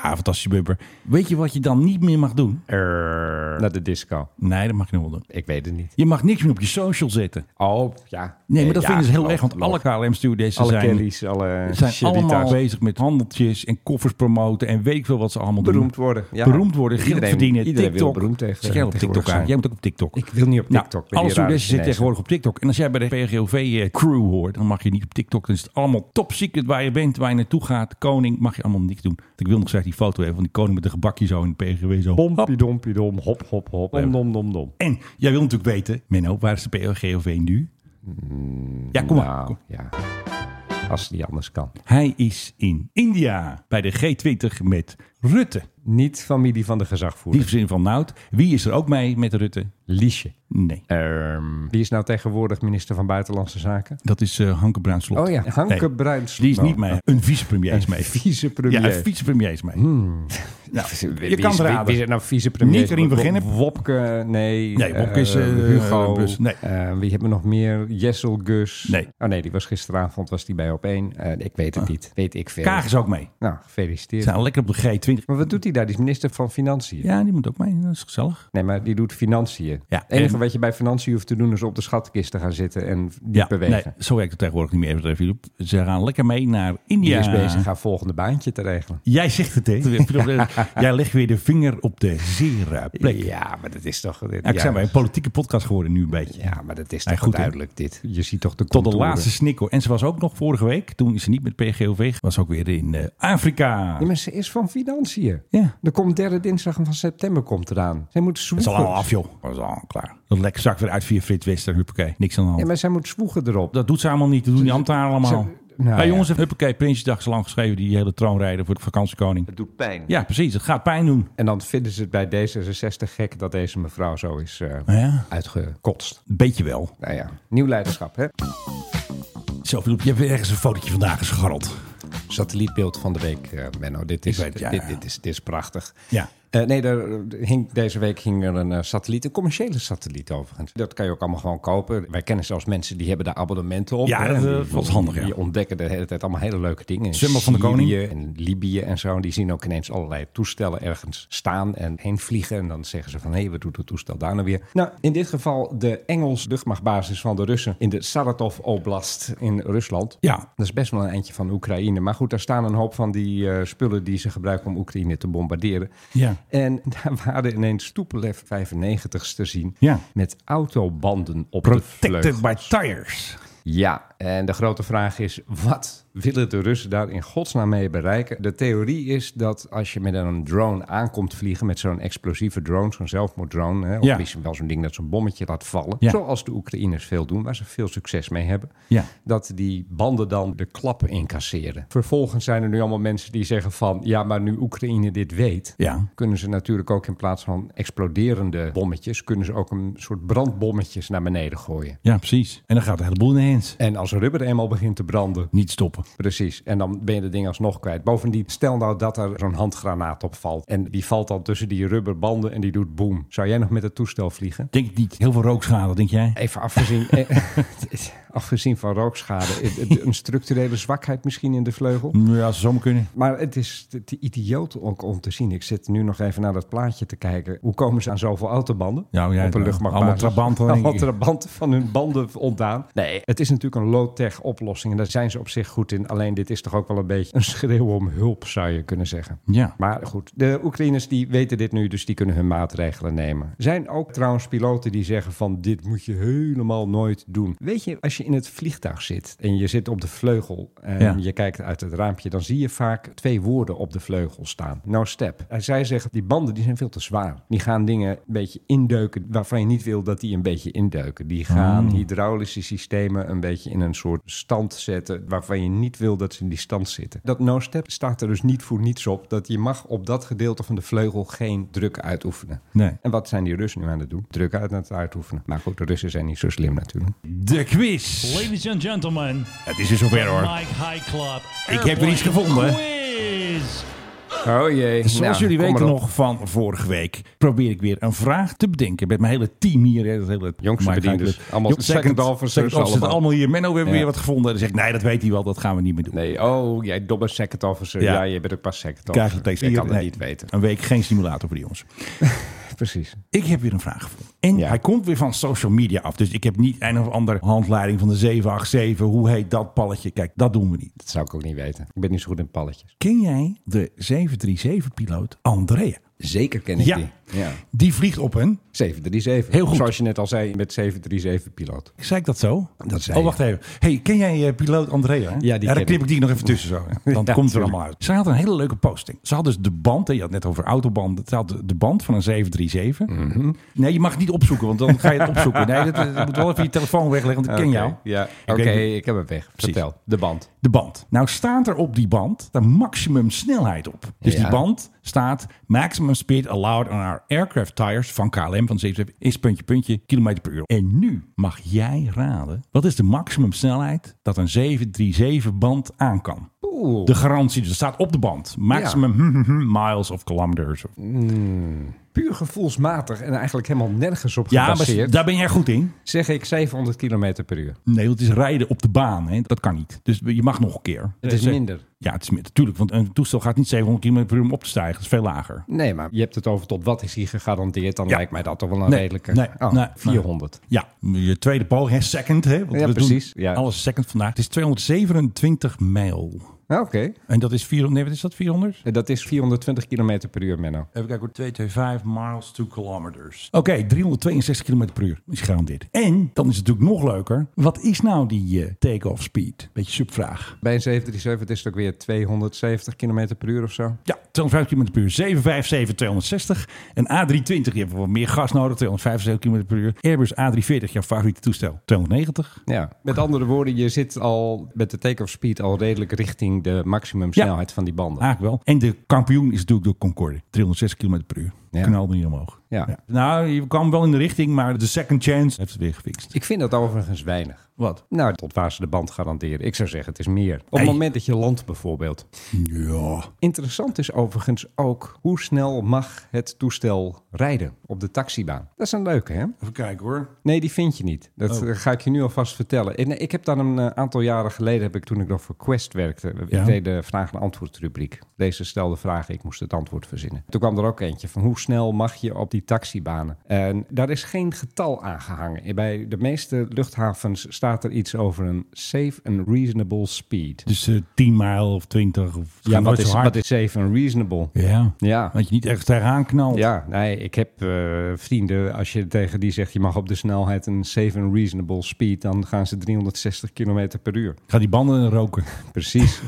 S2: Ja, fantastische bumper. Weet je wat je dan niet meer mag doen?
S3: Naar de disco.
S2: Nee, dat mag je nog wel doen.
S3: Ik weet het niet.
S2: Je mag niks meer op je social zetten.
S3: Oh, ja.
S2: Nee, maar dat
S3: Ja, oh,
S2: vinden ze heel erg.
S3: geloof-
S2: Want alle
S3: geloof-
S2: KLM-stewardessen
S3: Alle
S2: zijn,
S3: Kellys, alle
S2: zijn
S3: Sherita's.
S2: allemaal bezig met handeltjes en koffers promoten en weet ik veel wat ze allemaal
S3: Beroemd
S2: doen.
S3: worden, ja.
S2: Beroemd worden, geld
S3: Iedereen-
S2: verdienen,
S3: iedereen wil
S2: TikTok.
S3: beroemd tegen-
S2: Zet jij op
S3: tegenwoordig
S2: TikTok aan?
S3: zijn.
S2: Jij moet ook op TikTok.
S3: Ik wil niet op
S2: Nou,
S3: TikTok. ben die
S2: alle
S3: rare
S2: stewardessen zitten
S3: Chinezen.
S2: tegenwoordig op TikTok. En als jij bij de PRGOV-crew eh, hoort, dan mag je niet op TikTok. Dan is het allemaal top secret waar je bent, waar je naartoe gaat. Koning, mag je allemaal niks doen. Want ik wil nog slechts die foto hebben van die koning met een gebakje zo in de PRGW. Zo. Hop.
S3: Pompidompidom, hop, hop, hop. Om, dom, dom, dom.
S2: En jij wil natuurlijk weten, Menno, waar is de PRGOV nu? Ja, kom maar.
S3: Nou,
S2: Kom.
S3: ja. Als het niet anders kan.
S2: Hij is in India bij de G20 met Rutte.
S3: Niet familie van de gezagvoerder.
S2: Die zin van Nout. Wie is er ook mee met Rutte?
S3: Liesje.
S2: Nee.
S3: Ehm, wie is nou tegenwoordig minister van Buitenlandse Zaken?
S2: Dat is eh, Hanke Bruinslot.
S3: Oh ja, Hanke
S2: Nee,
S3: Bruinslot.
S2: Die is niet mee. Een vicepremier is mee.
S3: vicepremier.
S2: Ja, een vicepremier is mee. Nou,
S3: Wie- wie
S2: je kan
S3: is-
S2: het
S3: wie-
S2: raden.
S3: Wie is er nou vicepremier?
S2: Niet erin
S3: Wo-
S2: beginnen.
S3: Wopke, nee.
S2: Nee, Wopke
S3: Eh,
S2: is, eh,
S3: Hugo.
S2: Bus, nee.
S3: Eh, wie hebben we nog meer? Jessel Gus.
S2: Nee. Ah.
S3: Oh nee, die was gisteravond was die bij op één. Eh, ik weet het niet. Weet ik veel.
S2: Kaag is ook mee.
S3: Nou,
S2: Ze
S3: gefeliciteerd.
S2: zijn lekker op de G20.
S3: Maar wat doet hij daar? Die is minister van Financiën.
S2: Ja, die moet ook mee. Dat is gezellig.
S3: Nee, maar die doet financiën.
S2: Ja,
S3: het enige
S2: en-
S3: wat je bij financiën hoeft te doen is op de schatkist te gaan zitten en niet
S2: Ja, nee,
S3: bewegen.
S2: zo werkt het tegenwoordig niet meer. even, Philip. Ze gaan lekker mee naar
S3: Die
S2: India.
S3: is bezig haar volgende baantje te regelen.
S2: Jij zegt het, hè? Philip, Jij legt weer de vinger op de zere plek.
S3: Ja, maar dat is toch...
S2: Ja, ik zijn wij een politieke podcast geworden nu een beetje.
S3: Ja, maar dat is
S2: Nee,
S3: toch
S2: goed, hè?
S3: duidelijk dit. Je ziet toch de
S2: Tot de
S3: contouren.
S2: laatste snikkel. En ze was ook nog vorige week, toen is ze niet met PGOV, was ze ook weer in eh, Afrika.
S3: Ja, maar ze is van financiën.
S2: Ja.
S3: Er komt derde dinsdag van september komt eraan. Zij moet
S2: Dat is
S3: zwoegen.
S2: al allemaal af, joh. Dat is al klaar. Dat lekker zak weer uit via Frits Wester. Huppakee. Niks aan de hand.
S3: Ja, maar zij moet zwoegen erop.
S2: Dat doet ze allemaal niet. Dat doen die ambtenaren allemaal.
S3: ze- nou
S2: hey,
S3: ja.
S2: jongens, huppakee, Prinsjesdag is lang geschreven. Die hele troonrijder voor de vakantiekoning.
S6: Het doet pijn.
S2: Ja, precies. Het gaat pijn doen.
S3: En dan vinden ze het bij D66 gek dat deze mevrouw zo is eh,
S2: Ja.
S3: uitgekotst.
S2: Beetje wel.
S3: Nou ja, nieuw leiderschap, hè?
S2: Zo, Philip, je hebt weer ergens een fotootje vandaag gescharreld.
S3: Satellietbeeld van de week, eh, Menno. Dit is,
S2: Ik weet het, ja,
S3: dit,
S2: ja.
S3: dit is, dit is prachtig.
S2: Ja.
S3: Eh, nee, er hing, deze week hing er een eh, satelliet, een commerciële satelliet overigens. Dat kan je ook allemaal gewoon kopen. Wij kennen zelfs mensen die hebben daar abonnementen op.
S2: Ja,
S3: hè.
S2: dat,
S3: En
S2: eh,
S3: die-
S2: was handig, ja.
S3: Die ontdekken de hele tijd allemaal hele leuke dingen. In
S2: Zwembad van de Koning.
S3: Syrië En Libië en zo. En die zien ook ineens allerlei toestellen ergens staan en heen vliegen. En dan zeggen ze van, hé, wat doet het toestel daar nou weer? Nou, in dit geval de Engels luchtmachtbasis van de Russen in de Saratov Oblast in Rusland.
S2: Ja.
S3: Dat is best wel een eindje van Oekraïne. Maar goed, daar staan een hoop van die eh, spullen die ze gebruiken om Oekraïne te bombarderen.
S2: Ja.
S3: En daar waren ineens Tupolev 95's te zien.
S2: Ja.
S3: Met autobanden op de
S2: Protected
S3: vleugel.
S2: by tires.
S3: Ja, en de grote vraag is, wat willen de Russen daar in godsnaam mee bereiken? De theorie is dat als je met een drone aankomt vliegen, met zo'n explosieve drone, zo'n zelfmoorddrone, hè, of
S2: Ja.
S3: misschien wel zo'n ding dat zo'n bommetje laat vallen,
S2: Ja.
S3: zoals de Oekraïners veel doen, waar ze veel succes mee hebben,
S2: Ja.
S3: dat die banden dan de klappen incasseren. Vervolgens zijn er nu allemaal mensen die zeggen van, ja, maar nu Oekraïne dit weet,
S2: Ja.
S3: kunnen ze natuurlijk ook in plaats van exploderende bommetjes, kunnen ze ook een soort brandbommetjes naar beneden gooien.
S2: Ja, precies. En dan gaat de hele boel ineens.
S3: En als rubber eenmaal begint te branden.
S2: Niet stoppen.
S3: Precies, en dan ben je de ding alsnog kwijt. Bovendien, stel nou dat er zo'n handgranaat op valt. En die valt dan tussen die rubberbanden en die doet boem. Zou jij nog met het toestel vliegen?
S2: Denk ik niet. Heel veel rookschade, denk jij?
S3: Even afgezien, eh, afgezien van rookschade. eh, eh, Een structurele zwakheid misschien in de vleugel.
S2: Mm, Ja, als ze zomaar kunnen.
S3: Maar het is te, te idioot ook om te zien. Ik zit nu nog even naar dat plaatje te kijken. Hoe komen ze aan zoveel autobanden?
S2: Ja, ja,
S3: op een
S2: ja.
S3: luchtmachtbasis.
S2: Allemaal trabanten, denk ik.
S3: Allemaal trabanten van hun banden ontdaan. Nee, het is natuurlijk een low-tech oplossing. En daar zijn ze op zich goed in. Alleen dit is toch ook wel een beetje een schreeuw om hulp, zou je kunnen zeggen.
S2: Ja.
S3: Maar goed, de Oekraïners die weten dit nu, dus die kunnen hun maatregelen nemen. Zijn ook trouwens piloten die zeggen van dit moet je helemaal nooit doen. Weet je, als je in het vliegtuig zit en je zit op de vleugel en
S2: Ja.
S3: je kijkt uit het raampje, dan zie je vaak twee woorden op de vleugel staan. No step. En zij zeggen die banden die zijn veel te zwaar. Die gaan dingen een beetje indeuken waarvan je niet wil dat die een beetje indeuken. Die gaan
S2: Mm.
S3: hydraulische systemen een beetje in een soort stand zetten waarvan je niet wil dat ze in die stand zitten. Dat no step staat er dus niet voor niets op dat je mag op dat gedeelte van de vleugel geen druk uitoefenen.
S2: Nee.
S3: En wat zijn die Russen nu aan het doen? Druk uit aan het uitoefenen. Maar goed, de Russen zijn niet zo slim natuurlijk.
S2: De quiz.
S10: Ladies and gentlemen,
S2: Het is weer zover hoor.
S10: Mike High Club.
S2: Ik heb er iets gevonden.
S10: Quiz.
S3: Oh jee.
S2: Zoals jullie weten nog van vorige week probeer ik weer een vraag te bedenken. Met mijn hele team hier. hè, Dat hele
S3: Jongste
S2: Maar ik ga
S3: bedienders.
S2: dus-
S3: Allemaal
S2: Jong-
S3: second officers
S2: second officers,
S3: allemaal.
S2: allemaal hier. Menno, we hebben
S3: Ja.
S2: weer wat gevonden. Dan zegt nee, dat weet hij wel. Dat gaan we niet meer doen.
S3: Nee, oh, jij domme second officer.
S2: Ja.
S3: Ja, je bent ook pas second
S2: Krijg je
S3: officer.
S2: de tekst
S3: Ik
S2: hier.
S3: kan het
S2: Nee.
S3: niet weten.
S2: Een week geen simulator voor die jongens.
S3: Precies.
S2: Ik heb weer een vraag gevonden. En
S3: Ja.
S2: hij komt weer van social media af. Dus ik heb niet een of andere handleiding van de 787. Hoe heet dat palletje? Kijk, dat doen we niet.
S3: Dat zou ik ook niet weten. Ik ben niet zo goed in palletjes.
S2: Ken jij de 737-piloot Andrea?
S3: Zeker ken ik
S2: Ja.
S3: die. Ja.
S2: Die vliegt op een.
S3: 737.
S2: Heel goed.
S3: Zoals je net al zei met 737-piloot.
S2: Zei ik dat zo?
S3: Dat zei
S2: Oh,
S3: je.
S2: wacht even. Hey, ken jij eh, piloot Andrea? hè?
S3: Ja, die
S2: dan
S3: ken
S2: knip
S3: ik.
S2: ik die nog even tussen zo. Dan komt het er
S3: tuurlijk.
S2: allemaal uit. Ze had een hele leuke posting. Ze had dus de band, hè, je had het net over autoband. Ze had de- de band van een 737.
S3: Mhm.
S2: Nee, je mag het niet opzoeken, want dan ga je het opzoeken. Nee, dat, eh, dat moet wel even je telefoon wegleggen, want ik ken jou.
S3: Ja,
S2: Ik
S3: oké,
S2: weet niet-
S3: ik heb hem weg. Vertel, de band.
S2: de band. Nou staat er op die band de maximum snelheid op. Dus
S3: Ja.
S2: die band staat maximum speed allowed on our aircraft tires van KLM van 7 is puntje puntje kilometer per uur. En nu mag jij raden wat is de maximum snelheid dat een 737 band aan kan. De garantie, dus het staat op de band. Maximum miles of kilometers. of-
S3: Puur gevoelsmatig en eigenlijk helemaal nergens op
S2: Ja, maar
S3: gebaseerd.
S2: daar ben jij goed in.
S3: Zeg ik 700 km per uur.
S2: Nee, want het is rijden op de baan. Hè? Dat kan niet. Dus je mag nog een keer.
S3: Het is
S2: Eh,
S3: minder.
S2: Ja, het is minder. Tuurlijk, want een toestel gaat niet 700 km per uur om op te stijgen. Dat is veel lager.
S3: Nee, maar je hebt het over tot wat is hier gegarandeerd. Dan
S2: Ja.
S3: lijkt mij dat toch wel een
S2: Nee,
S3: redelijke.
S2: nee,
S3: Oh,
S2: nee,
S3: 400.
S2: Ja, je tweede poging, hè, second. Hè, want
S3: Ja,
S2: we
S3: precies,
S2: Doen
S3: ja.
S2: Alles second vandaag. Het is 227 mijl.
S3: Ah, Oké,
S2: En dat is 400. Nee, wat is dat? 400?
S3: En dat is 420 km per uur, Menno.
S2: Even kijken hoor. 225 miles to kilometers. Oké, 362 km per uur is gegarandeerd. En dan is het natuurlijk nog leuker. Wat is nou die eh, take-off speed? Beetje subvraag.
S3: Bij een 737 is het ook weer 270 km per uur of zo.
S2: Ja, 250 km per uur. 757, 260. En A320, je hebt wel meer gas nodig. 275 km per uur. Airbus A340, jouw favoriete toestel. 290.
S3: Ja, met andere woorden, je zit al met de take-off speed al redelijk richting de maximum snelheid van die banden.
S2: Eigenlijk wel. En de kampioen is natuurlijk de Concorde. 306 km per uur.
S3: Ja.
S2: Knalde niet omhoog.
S3: Ja.
S2: Nou, je kwam wel in de richting, maar de second chance heeft het weer gefixt.
S3: Ik vind dat overigens weinig.
S2: Wat?
S3: Nou, tot waar ze de band garanderen. Ik zou zeggen, het is meer. Op
S2: Hey.
S3: het moment dat je landt bijvoorbeeld.
S2: Ja.
S3: Interessant is overigens ook hoe snel mag het toestel rijden op de taxibaan. Dat is een leuke, hè?
S2: Even kijken hoor.
S3: Nee, die vind je niet. Dat
S2: Oh.
S3: eh, ga ik je nu alvast vertellen. En, eh, ik heb dan een eh, aantal jaren geleden, heb ik, toen ik nog voor Quest werkte, eh,
S2: Ja.
S3: ik deed de vraag- en antwoordrubriek. Deze stelde vragen, ik moest het antwoord verzinnen. Toen kwam er ook eentje van hoe snel mag je op die taxibanen? En daar is geen getal aangehangen. Eh, Bij de meeste luchthavens staat er iets over een safe and reasonable speed.
S2: Dus eh 10 mijl of 20 of
S3: Ja, wat
S2: nooit zo
S3: is,
S2: hard.
S3: wat is safe and reasonable?
S2: Ja.
S3: Ja.
S2: Want je niet echt tegenaan knalt.
S3: Ja, nee, ik heb eh, vrienden. Als je tegen die zegt je mag op de snelheid een safe and reasonable speed, dan gaan ze 360 km per uur.
S2: Ga die banden roken.
S3: Precies.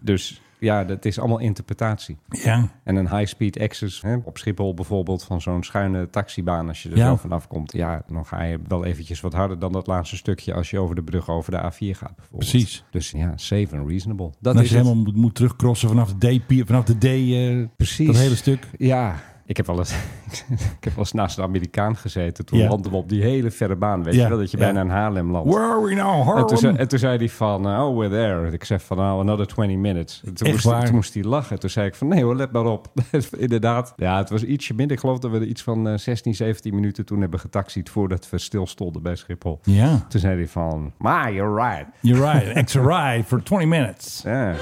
S3: dus ja, dat is allemaal interpretatie.
S2: Ja.
S3: En een high-speed access hè, op Schiphol bijvoorbeeld van zo'n schuine taxibaan, als je er
S2: Ja.
S3: zo vanaf komt, ja, dan ga je wel eventjes wat harder dan dat laatste stukje als je over de brug over de A4 gaat. Bijvoorbeeld.
S2: Precies.
S3: Dus ja, safe and reasonable.
S2: Dat
S3: Dat
S2: als
S3: is
S2: je
S3: het.
S2: helemaal moet, moet terugcrossen vanaf de D, pier- vanaf de D eh,
S3: Precies.
S2: dat hele stuk.
S3: Ja, ik heb wel eens, ik heb wel eens naast een Amerikaan gezeten. Toen
S2: Ja.
S3: landden we op die hele verre baan. Weet
S2: Ja,
S3: je wel, dat je
S2: ja.
S3: bijna in Haarlem landt.
S2: Where are we now,
S3: En toen, zei,
S2: Harlem?
S3: en toen zei hij van, uh, oh, we're there. Ik zeg van, nou, another 20 minutes. En Toen
S2: Echt
S3: moest, hij-
S2: waar?
S3: toen moest hij lachen. Toen zei ik van, nee hoor, let maar op. Inderdaad. Ja, het was ietsje minder. Ik geloof dat we er iets van eh, 16, 17 minuten toen hebben getaxied... voordat we stilstonden bij Schiphol.
S2: Ja.
S3: Toen zei hij van, ma, you're right.
S2: You're right. Extra ride for 20 minutes.
S3: Ja.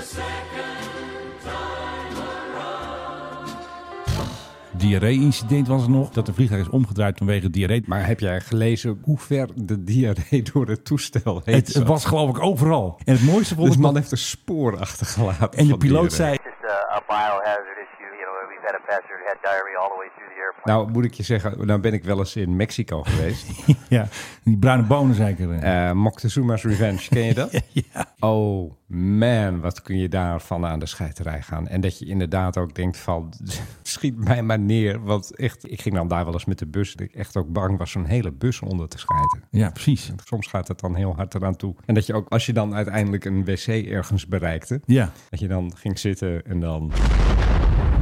S2: Diarree-incident was er nog. Dat de vliegtuig is omgedraaid vanwege diarree.
S3: Maar heb jij gelezen hoe ver de diarree door het eh, toestel heet?
S2: Het, het was geloof ik overal. En het mooiste vond
S3: Dus
S2: ik
S3: man
S2: nog...
S3: heeft een spoor achtergelaten.
S2: En de
S3: van
S2: piloot
S3: dieren.
S2: zei...
S6: Just a, a biohazard issue. You know, we've had a passenger who had diarrhea all the way through the airplane.
S3: Nou, moet ik je zeggen, nou ben ik wel eens in Mexico geweest.
S2: Ja, die bruine bonen zeker. eh.
S3: Eh Moctezuma's Revenge, ken je dat?
S2: ja.
S3: Oh man, wat kun je daarvan aan de scheiterij gaan. En dat je inderdaad ook denkt van, schiet mij maar neer. Want echt, ik ging dan daar wel eens met de bus. Dat ik echt ook bang was zo'n hele bus onder te scheiden.
S2: ja, precies.
S3: Soms gaat het dan heel hard eraan toe. En dat je ook, als je dan uiteindelijk een wc ergens bereikte...
S2: Ja.
S3: dat je dan ging zitten en dan...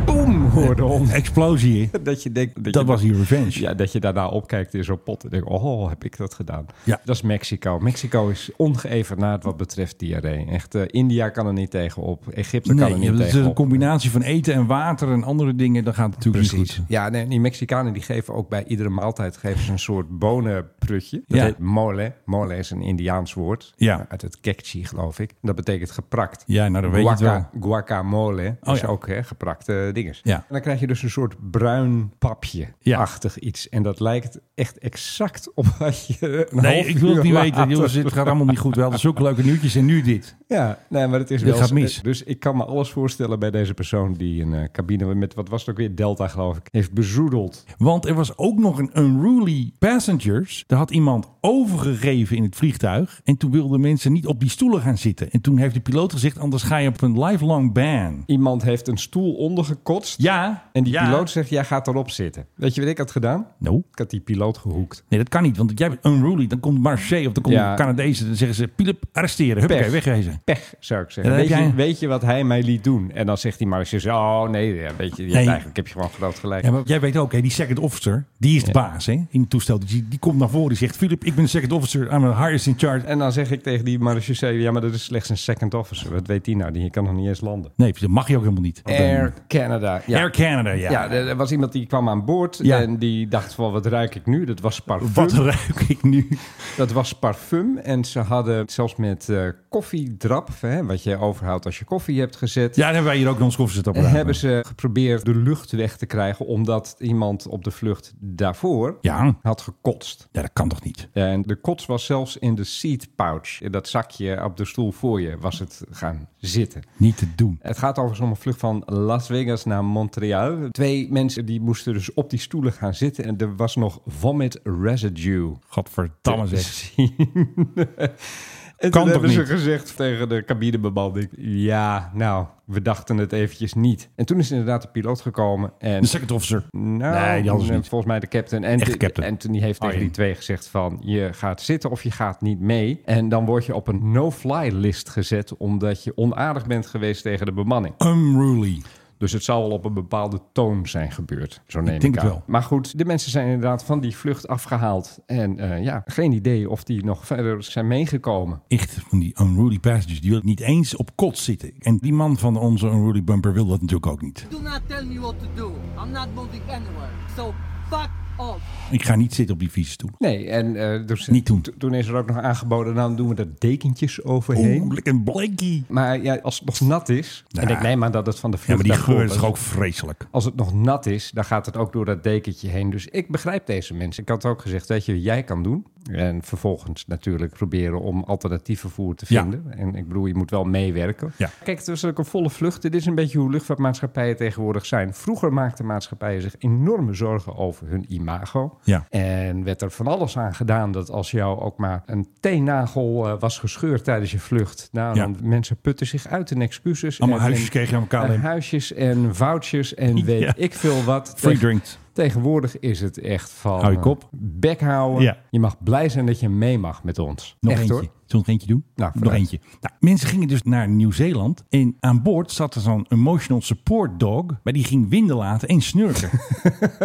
S3: Boom, hoorde om.
S2: Explosie. hè?
S3: Dat je denkt...
S2: Dat
S3: je-
S2: was hier revenge.
S3: Ja, dat je daarna opkijkt in zo'n pot en denkt, oh, heb ik dat gedaan?
S2: Ja.
S3: Dat is Mexico. Mexico is ongeëvenaard wat betreft diarree. Echt, eh, India kan er niet tegenop. Egypte kan
S2: Nee,
S3: er niet
S2: dat is een
S3: tegenop.
S2: combinatie van eten en water en andere dingen. Dat gaat het natuurlijk niet
S3: Precies.
S2: goed.
S3: Ja, nee, die Mexicanen die geven ook bij iedere maaltijd geven ze een soort bonenprutje. Dat
S2: Ja.
S3: heet mole. Mole is een Indiaans woord.
S2: Ja.
S3: Uit het Kekchi, geloof ik. Dat betekent geprakt.
S2: Ja, nou, dan weet je het
S3: Guaca- Guacamole
S2: Oh,
S3: is
S2: ja.
S3: ook hè, geprakte dinges.
S2: Ja.
S3: En dan krijg je dus een soort bruin
S2: Ja.
S3: papje-achtig iets. En dat lijkt echt exact op wat je een
S2: Nee,
S3: half
S2: ik wil
S3: uur
S2: het niet
S3: later-
S2: weten. Jongens, het gaat allemaal niet goed. Wel, hadden zulke leuke nieuwtjes en nu dit.
S3: Ja, nee, maar het is
S2: Dit
S3: wel...
S2: gaat mis.
S3: Dus ik kan me alles voorstellen bij deze persoon die een eh, cabine met, wat was het ook weer, Delta geloof ik, heeft bezoedeld.
S2: Want er was ook nog een unruly passengers. Daar had iemand overgegeven in het vliegtuig. En toen wilden mensen niet op die stoelen gaan zitten. En toen heeft de piloot gezegd, anders ga je op een lifelong ban.
S3: Iemand heeft een stoel ondergekotst.
S2: Ja.
S3: En die
S2: ja.
S3: piloot zegt, jij gaat erop zitten. Weet je wat ik had gedaan?
S2: Nou,
S3: Ik had die piloot gehoekt.
S2: nee, dat kan niet. Want jij bent unruly. Dan komt Marseille of dan komt
S3: Ja.
S2: de Canadezen. Dan zeggen ze, Pilip, arresteren. Huppakee,
S3: Pech.
S2: wegwezen.
S3: Pech, zou ik zeggen.
S2: Ja, dan
S3: Weet,
S2: heb
S3: je,
S2: jij-
S3: weet je wat hij mij liet doen? En dan zegt die marechaussee, oh nee, ja, weet je, je hebt
S2: Nee.
S3: eigenlijk heb je gewoon groot gelijk.
S2: Ja, maar jij weet ook, hè, die second officer, die is de baas hè, in het toestel. Dus die, die komt naar voren, die zegt... Philip, ik ben de second officer, I'm the highest in charge.
S3: En dan zeg ik tegen die marechaussee, ja, maar dat is slechts een second officer. Wat weet die nou? Die kan nog niet eens landen.
S2: Nee, dat mag je ook helemaal niet.
S3: Air Canada. Ja.
S2: Air Canada, ja.
S3: Ja, er er was iemand die kwam aan boord
S2: Ja.
S3: en die dacht van wat ruik ik nu? Dat was parfum.
S2: Wat ruik ik nu?
S3: Dat was parfum en ze hadden zelfs met eh, koffiedrap, hè, wat je overhoudt als je koffie hebt gezet. eh,
S2: Ja, dan hebben wij hier ook ons koffiezetapparaat.
S3: Hebben ze geprobeerd de lucht weg te krijgen omdat iemand op de vlucht daarvoor
S2: Ja. ja,
S3: had gekotst.
S2: dat kan toch niet?
S3: En de kots was zelfs in de seat pouch, in dat zakje op de stoel voor je, was het gaan zitten.
S2: Niet te doen.
S3: Het gaat overigens om een vlucht van Las Vegas naar Montreal. Twee mensen die moesten dus op die stoelen gaan zitten en er was nog vomit residue.
S2: Gadverdamme
S3: te
S2: zeg.
S3: zien. En
S2: Kan
S3: toen hebben
S2: toch
S3: ze
S2: niet?
S3: gezegd tegen de cabinebemanning... ja, nou, we dachten het eventjes niet. En toen is inderdaad de piloot gekomen. En
S2: De second officer.
S3: nou,
S2: Dus Nee, die hadden ze
S3: eh,
S2: niet.
S3: volgens mij de captain. En,
S2: Echt
S3: de-
S2: captain.
S3: en toen die heeft tegen
S2: Oh, ja.
S3: die twee gezegd van... je gaat zitten of je gaat niet mee. En dan word je op een no-fly list gezet... omdat je onaardig bent geweest tegen de bemanning.
S2: Unruly.
S3: Dus het zou wel op een bepaalde toon zijn gebeurd. Zo neem ik,
S2: denk het
S3: aan.
S2: wel.
S3: Maar goed, de mensen zijn inderdaad van die vlucht afgehaald. En eh, ja, geen idee of die nog verder zijn meegekomen.
S2: Echt van die unruly passengers. Die wil niet eens op kot zitten. En die man van onze unruly bumper wil dat natuurlijk ook niet.
S11: Do not tell me what to do. I'm not moving anywhere. So fuck off.
S2: Ik ga niet zitten op die vieze stoel.
S3: Nee, en eh, dus
S2: Niet doen.
S3: to- toen is er ook nog aangeboden, nou doen we er dekentjes overheen.
S2: Oeh, lekker een blankie.
S3: Maar ja, als het nog nat is, en ik neem aan Dus dat het van de
S2: Ja, maar
S3: vlucht
S2: die
S3: daarvoor
S2: geur is
S3: was.
S2: toch ook vreselijk.
S3: Als het nog nat is, dan gaat het ook door dat dekentje heen. Dus ik begrijp deze mensen. Ik had ook gezegd, weet je wat jij kan doen? En vervolgens natuurlijk proberen om alternatief vervoer te
S2: Ja.
S3: vinden. En ik bedoel, je moet wel meewerken.
S2: Ja.
S3: Kijk, het was ook een volle vlucht. Dit is een beetje hoe luchtvaartmaatschappijen tegenwoordig zijn. Vroeger maakten maatschappijen zich enorme zorgen over hun imago.
S2: Ja.
S3: En werd er van alles aan gedaan dat als jou ook maar een teennagel eh, was gescheurd tijdens je vlucht. Nou,
S2: Ja.
S3: dan mensen putten zich uit in excuses.
S2: Allemaal
S3: En- en-
S2: huisjes kregen aan KLM.
S3: en huisjes en vouchers en weet
S2: Ja.
S3: ik veel wat.
S2: Free
S3: Tegen-
S2: drinks.
S3: Tegenwoordig is het echt van...
S2: Hou je
S3: eh,
S2: kop.
S3: Bek houden.
S2: Ja.
S3: Je mag blij zijn dat je mee mag met ons.
S2: Nog
S3: echt
S2: eentje.
S3: hoor.
S2: Zullen we nog eentje doen?
S3: Nou,
S2: nog
S3: vooruit.
S2: eentje. Nou, mensen gingen dus naar Nieuw-Zeeland. En aan boord zat er zo'n emotional support dog. Maar die ging winden laten en snurken.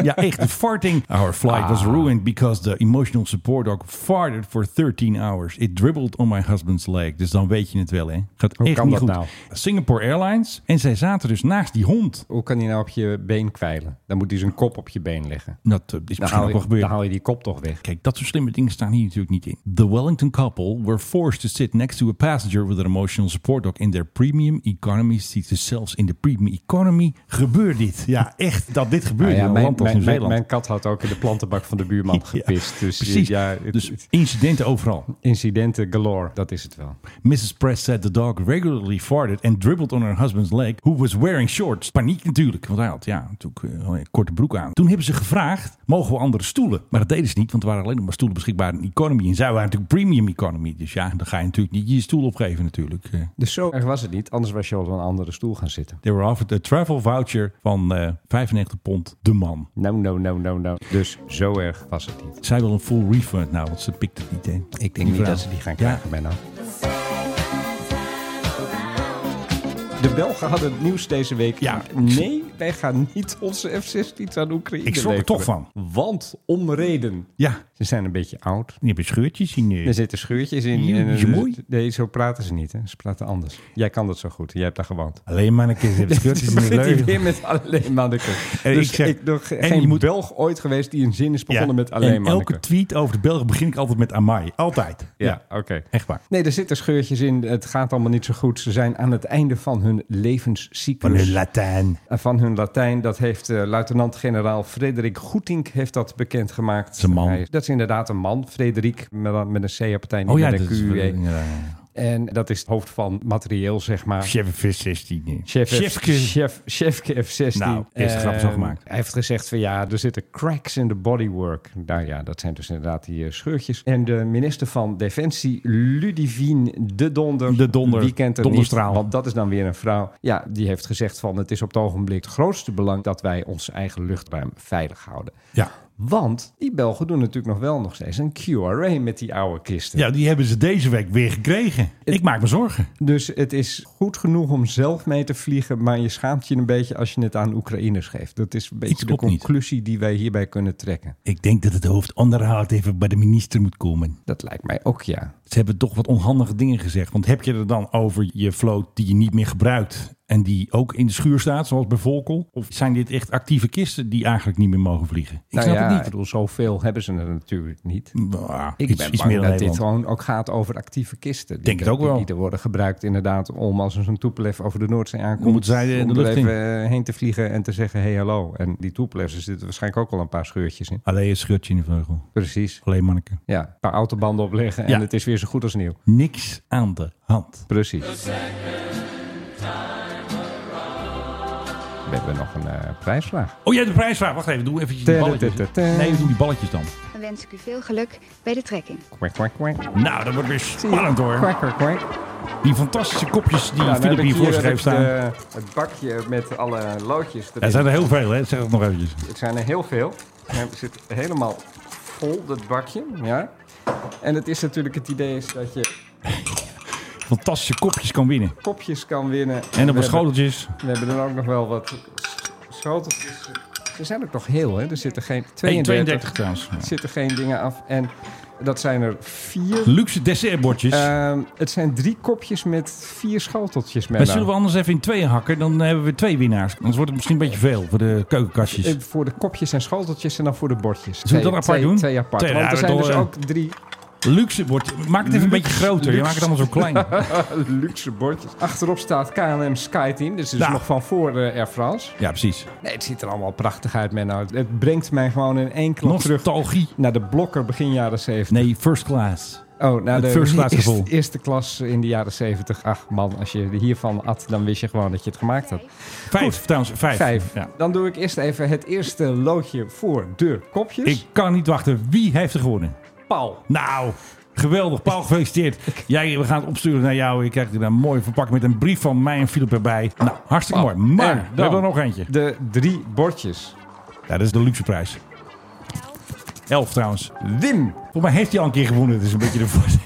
S2: ja, echt. De farting. Ah. Our flight was ruined because the emotional support dog farted for 13 hours. It dribbled on my husband's leg. Dus dan weet je het wel, hè? Gaat
S3: Hoe
S2: echt
S3: kan
S2: niet
S3: dat
S2: goed.
S3: nou?
S2: Singapore Airlines. En zij zaten dus naast die hond.
S3: Hoe kan die nou op je been kwijlen? Dan moet hij zijn kop op je been leggen.
S2: Dat eh, is
S3: Dan
S2: misschien
S3: haal,
S2: ook
S3: je,
S2: wel gebeurd.
S3: dan haal je die kop toch weg.
S2: Kijk, dat soort slimme dingen staan hier natuurlijk niet in. The Wellington couple were forced to sit next to a passenger with an emotional support dog in their premium economy seat. Dus zelfs in de premium economy gebeurt dit. Ja, echt dat dit gebeurt
S3: Nou
S2: in
S3: ja,
S2: een
S3: mijn,
S2: land als
S3: mijn, mijn,
S2: Nieuw-Zeeland.
S3: mijn kat had ook in de plantenbak van de buurman gepist. dus eh,
S2: precies.
S3: ja, het-
S2: dus
S3: het-
S2: incidenten overal.
S3: incidenten galore, dat is het wel.
S2: Mrs. Press said the dog regularly farted and dribbled on her husband's leg, who was wearing shorts. Paniek natuurlijk, want hij had ja, natuurlijk eh, een korte broek aan. Toen hebben ze gevraagd, mogen we andere stoelen? Maar dat deden ze niet, want er waren alleen nog maar stoelen beschikbaar in economy. En zij waren natuurlijk premium economy, dus ja, dan ga je natuurlijk niet je stoel opgeven natuurlijk. Eh,
S3: Dus zo erg was het niet, anders was je al op een andere stoel gaan zitten.
S2: They were offered a travel voucher van eh 95 pond de man.
S3: Nou, nou, nou, nou, nou. Dus zo erg was het niet.
S2: Zij wil een full refund nou, want ze pikt het niet, hè. Ik
S3: Ik denk niet dat ze die gaan krijgen, Menno. De Belgen hadden het nieuws deze week.
S2: Ja.
S3: Nee, wij gaan niet onze F-16's aan Oekraïne
S2: Ik schrok er
S3: leveren.
S2: toch van.
S3: Want om reden.
S2: Ja,
S3: Ze zijn een beetje oud.
S2: die hebben scheurtjes in. eh,
S3: Er zitten scheurtjes in.
S2: Jeetje,
S3: eh, dus-
S2: mooi.
S3: Nee, zo praten ze niet. Hè. Ze praten anders. Jij kan dat zo goed. Jij hebt daar gewoond.
S2: Alleen maar een keer ze hebben scheurtjes in
S3: Dan
S2: hun
S3: begint Dus hij
S2: leugen.
S3: weer met alleen manneken.
S2: En
S3: dus
S2: ik zeg-
S3: ik nog
S2: en
S3: geen
S2: je moet-
S3: Belg ooit geweest die een zin is begonnen met
S2: en
S3: alleen manneken.
S2: elke tweet over de Belgen begin ik altijd met Amai. Altijd.
S3: Ja, oké.
S2: Echt waar.
S3: Nee, er zitten scheurtjes in. Het gaat allemaal niet zo goed. Ze zijn aan het einde van hun levenscyclus.
S2: Latijn.
S3: En van hun Latijn. Dat heeft eh, luitenant-generaal Frederik Goetink heeft dat bekendgemaakt.
S2: is een man.
S3: Hij- dat is inderdaad een man, Frederik, met, een- met een C op het einde.
S2: Oh ja,
S3: met
S2: dat
S3: een
S2: is
S3: Q.
S2: wel-
S3: eh.
S2: ja, ja, ja.
S3: En dat is het hoofd van materieel, zeg maar.
S2: Ah. Chef F-16. nee.
S3: Chef,
S2: Chefke.
S3: Chef, Chefke F-16.
S2: Nou, eerste grap is al
S3: Eh,
S2: gemaakt.
S3: Hij heeft gezegd van ja, er zitten cracks in de bodywork. Nou ja, dat zijn dus inderdaad die eh, scheurtjes. En de minister van Defensie, Ludivine de Donder.
S2: De Donder.
S3: Wie kent er
S2: Donderstraal.
S3: niet? Want dat is dan weer een vrouw. Ja, die heeft gezegd van het is op het ogenblik het grootste belang... dat wij ons eigen luchtruim veilig houden.
S2: Ja.
S3: Want die Belgen doen natuurlijk nog wel nog steeds een QRA met die oude kisten.
S2: ja, die hebben ze deze week weer gekregen. Ik maak me zorgen.
S3: Dus het is goed genoeg om zelf mee te vliegen, maar je schaamt je een beetje als je het aan Oekraïners geeft. Dat is een beetje de
S2: klopt niet.
S3: conclusie die wij hierbij kunnen trekken.
S2: Ik denk dat het hoofdonderhoud even bij de minister moet komen.
S3: Dat lijkt mij ook ja.
S2: Ze hebben toch wat onhandige dingen gezegd. Want heb je er dan over je vloot die je niet meer gebruikt... en die ook in de schuur staat, zoals bij Volkel? Of zijn dit echt actieve kisten die eigenlijk niet meer mogen vliegen? Ik
S3: Nou
S2: snap
S3: ja, Ik
S2: het niet.
S3: bedoel, zoveel hebben ze er natuurlijk niet.
S2: Bah,
S3: Ik
S2: iets-
S3: ben
S2: iets
S3: bang
S2: meer dan
S3: dat dit
S2: Nederland.
S3: gewoon ook gaat over actieve kisten. Die-
S2: Denk het ook
S3: die-
S2: wel.
S3: Die er worden gebruikt inderdaad om als er zo'n toepelef over de Noordzee aankomt...
S2: Dan moeten zij de-
S3: om
S2: de
S3: er
S2: lucht in.
S3: even eh, heen te vliegen en te zeggen hey hallo. En die toepeleffs, er zitten waarschijnlijk ook al een paar scheurtjes in.
S2: Alleen een schutje in de vleugel.
S3: Precies.
S2: Alleen manneke.
S3: Ja, een paar autobanden opleggen en
S2: Ja.
S3: het is weer zo goed als nieuw.
S2: Niks aan de hand.
S3: Precies. We hebben nog een eh, prijsvraag.
S2: Oh, jij hebt de prijsvraag. Wacht even, doe even die balletjes.
S3: Tadadadada.
S2: Nee, we doen die balletjes dan.
S12: Dan wens ik u veel geluk bij de trekking.
S3: Kwek, kwek, kwek.
S2: Nou, dat wordt weer spannend hoor.
S3: Kwek, kwek, kwek.
S2: Die fantastische kopjes die
S3: Nou, dan heb
S2: Filip
S3: ik eh,
S2: hier voor zich
S3: heb
S2: heeft
S3: ik
S2: staan.
S3: de- het bakje met alle loodjes. erin.
S2: Er zijn er heel veel, hè? Zeg het nog eventjes.
S3: Het zijn er heel veel. Het zit helemaal vol, dat bakje. Ja. En het is natuurlijk het idee is dat je
S2: Fantastische kopjes kan winnen.
S3: kopjes kan winnen.
S2: En op
S3: we
S2: een
S3: hebben,
S2: schoteltjes.
S3: we hebben dan ook nog wel wat schoteltjes. Ze zijn ook nog heel, hè? Er zitten geen
S2: 1,32
S3: 32.
S2: trouwens. Ja.
S3: Er zitten geen dingen af. En dat zijn er vier.
S2: Luxe dessertbordjes.
S3: Ehm, het zijn drie kopjes met vier schoteltjes.
S2: maar
S3: Menno.
S2: zullen we anders even in tweeën hakken? Dan hebben we twee winnaars. Anders wordt het misschien een beetje veel voor de keukenkastjes.
S3: Eh, Voor de kopjes en schoteltjes en dan voor de bordjes.
S2: Zullen we dat apart
S3: twee,
S2: doen?
S3: Twee apart.
S2: Twee,
S3: want er
S2: nou,
S3: zijn
S2: dat
S3: dus
S2: wel,
S3: ook drie
S2: Luxe bordjes. Maak het even een beetje groter. Je maakt het allemaal zo klein.
S3: luxe bordjes. Achterop staat KLM Skyteam. Dus het is
S2: Nou.
S3: nog van voor eh, Air France.
S2: Ja, precies.
S3: Nee, het ziet er allemaal prachtig uit, Menno. Het brengt mij gewoon in één klap terug
S2: Nostalgie.
S3: naar de blokker begin jaren 70.
S2: Nee, first class.
S3: Oh, naar
S2: Het
S3: de
S2: first class
S3: eerste,
S2: gevoel.
S3: eerste klas in de jaren 70. Ach man, als je hiervan at, dan wist je gewoon dat je het gemaakt had.
S2: Vijf, trouwens. Vijf.
S3: Vijf.
S2: Ja.
S3: Dan doe ik eerst even het eerste loodje voor de kopjes.
S2: Ik kan niet wachten. Wie heeft er gewonnen?
S3: Paul.
S2: Nou, geweldig. Paul, gefeliciteerd. Jij, we gaan het opsturen naar jou. Je krijgt er een mooi verpakt met een brief van mij en Filip erbij. Nou, hartstikke mooi. Maar
S3: En
S2: we
S3: dan
S2: hebben er nog eentje.
S3: De drie bordjes.
S2: Ja, dat is de luxe prijs. Elf trouwens.
S3: Wim.
S2: Volgens mij heeft hij al een keer gewonnen. Dat is een beetje de voordeel.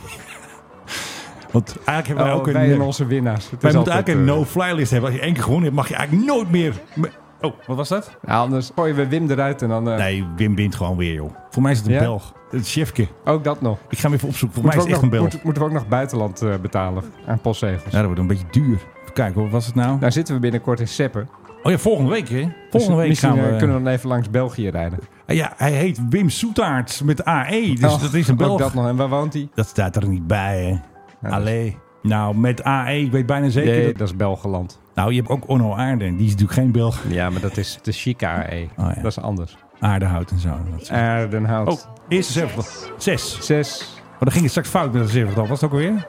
S2: Want eigenlijk hebben wij
S3: Oh,
S2: ook een...
S3: wij en
S2: eh,
S3: onze winnaars. Het
S2: wij
S3: is
S2: moeten
S3: altijd,
S2: eigenlijk een
S3: eh,
S2: no-fly list hebben. Als je één keer gewonnen hebt, mag je eigenlijk nooit meer... me- Oh, wat was dat?
S3: ja, anders gooien we Wim eruit en dan eh,
S2: Nee, Wim wint gewoon weer, joh. Voor mij is het een
S3: Ja?
S2: Belg. Het is Sjefke.
S3: ook dat nog.
S2: Ik ga hem even opzoeken. Voor mij
S3: Moeten
S2: is
S3: we,
S2: het echt
S3: ook
S2: een Belg.
S3: nog moeten, moeten we ook nog buitenland eh, betalen aan postzegels?
S2: Ja, dat wordt een beetje duur. Even kijken, wat was het nou?
S3: Daar zitten we binnenkort in Seppen.
S2: Oh ja, volgende week, hè? Volgende week
S3: Misschien
S2: gaan
S3: eh,
S2: we... Ah,
S3: kunnen we dan even langs België rijden.
S2: Ja, hij heet Wim Soetaerts met AE, dus
S3: Oh,
S2: dat is een
S3: Ook
S2: Belg.
S3: dat
S2: Dat,
S3: nog. En waar woont hij?
S2: staat er niet bij, hè?
S3: dat
S2: Allee. Nou, met AE, ik weet bijna zeker...
S3: Nee,
S2: dat-
S3: dat is Belgeland.
S2: Nou, je hebt ook Onno Aarden. Die is natuurlijk geen Belg.
S3: Ja, maar dat is de Chica. eh.
S2: Oh, ja.
S3: Dat is anders.
S2: Aardehout en zo. Dat is-
S3: Aardenhout.
S2: Oh, eerste zevigtal. Zes.
S3: Zes.
S2: Maar dan ging het straks fout met de zevigtal. Was het ook alweer?